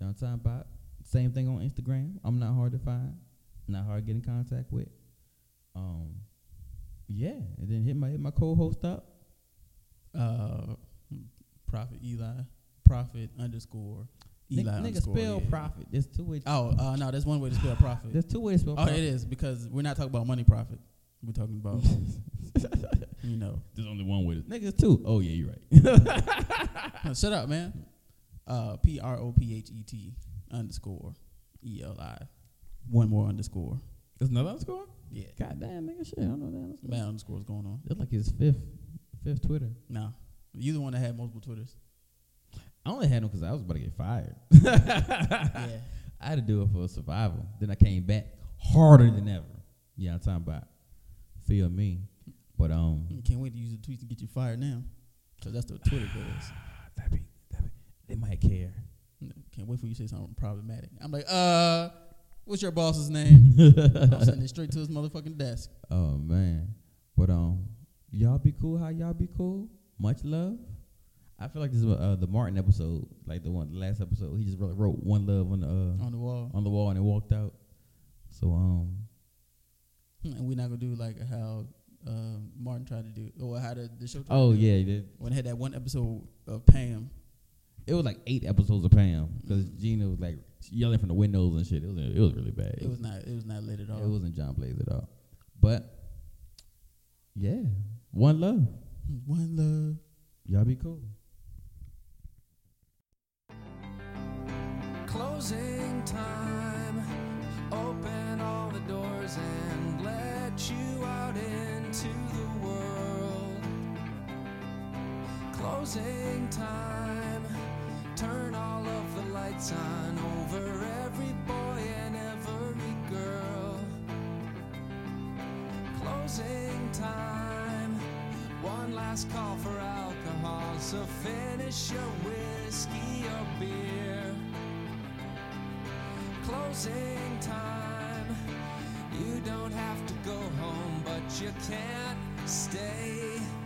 [SPEAKER 1] know what I'm talking about? Same thing on Instagram. I'm not hard to find. Not hard to get in contact with. Um, yeah. And then hit my hit my co-host up.
[SPEAKER 2] Uh, Prophet Eli. Prophet underscore Eli
[SPEAKER 1] Nigga- nigga,
[SPEAKER 2] underscore.
[SPEAKER 1] spell
[SPEAKER 2] yeah.
[SPEAKER 1] profit. There's two ways.
[SPEAKER 2] Oh, uh, no, there's one way to spell profit.
[SPEAKER 1] There's two ways to spell
[SPEAKER 2] Oh,
[SPEAKER 1] profit.
[SPEAKER 2] it is because we're not talking about money profit. We're talking about,
[SPEAKER 1] [LAUGHS]
[SPEAKER 2] you know.
[SPEAKER 3] There's only one way to.
[SPEAKER 1] Niggas too. Oh yeah, you're right.
[SPEAKER 2] No, shut up, man. Uh, P R O P H E T underscore E L I. One more underscore.
[SPEAKER 1] [LAUGHS] There's another underscore.
[SPEAKER 2] Yeah.
[SPEAKER 1] God damn, nigga, shit. I don't know that underscore.
[SPEAKER 2] Mad underscore's going on.
[SPEAKER 1] That's like his fifth, fifth Twitter.
[SPEAKER 2] Nah. You the one that had multiple Twitters.
[SPEAKER 1] I only had him because I was about to get fired. [LAUGHS] Ah.
[SPEAKER 2] yeah.
[SPEAKER 1] I had to do it for survival. Then I came back harder than ever. Yeah, I'm talking about feel me. But [LAUGHS] um,
[SPEAKER 2] Can't wait to use the tweets to get you fired now. Because that's the Twitter goes.
[SPEAKER 1] [SIGHS] that be, that be, they might care.
[SPEAKER 2] Can't wait for you to say something problematic. I'm like, uh, what's your
[SPEAKER 1] [LAUGHS]
[SPEAKER 2] boss's name? I'm sending it straight to his motherfucking desk.
[SPEAKER 1] Oh man. But um, y'all be cool. How y'all be cool? Much love. I feel like this is uh, the Martin episode, like the one the last episode. He just really wrote one love on the uh,
[SPEAKER 2] On the wall.
[SPEAKER 1] on the wall and then walked out. So um,
[SPEAKER 2] And we're not gonna do like how um, Martin tried to do, or how the, the show. Tried
[SPEAKER 1] oh
[SPEAKER 2] to do.
[SPEAKER 1] yeah, the-
[SPEAKER 2] When it had that one episode of Pam,
[SPEAKER 1] it was like eight episodes of Pam because
[SPEAKER 2] Mm.
[SPEAKER 1] Gina was like yelling from the windows and shit. It was it was really bad.
[SPEAKER 2] it was not it was not lit at all.
[SPEAKER 1] It wasn't John Blaze at all. But yeah, one love.
[SPEAKER 2] one love.
[SPEAKER 1] Y'all be cool.
[SPEAKER 4] Closing time. Open all the doors and let you out into the world. Closing time. Turn all of the lights on over every boy and every girl. Closing time. One last call for alcohol, so finish your whiskey or beer closing time. You don't have to go home, but you can't stay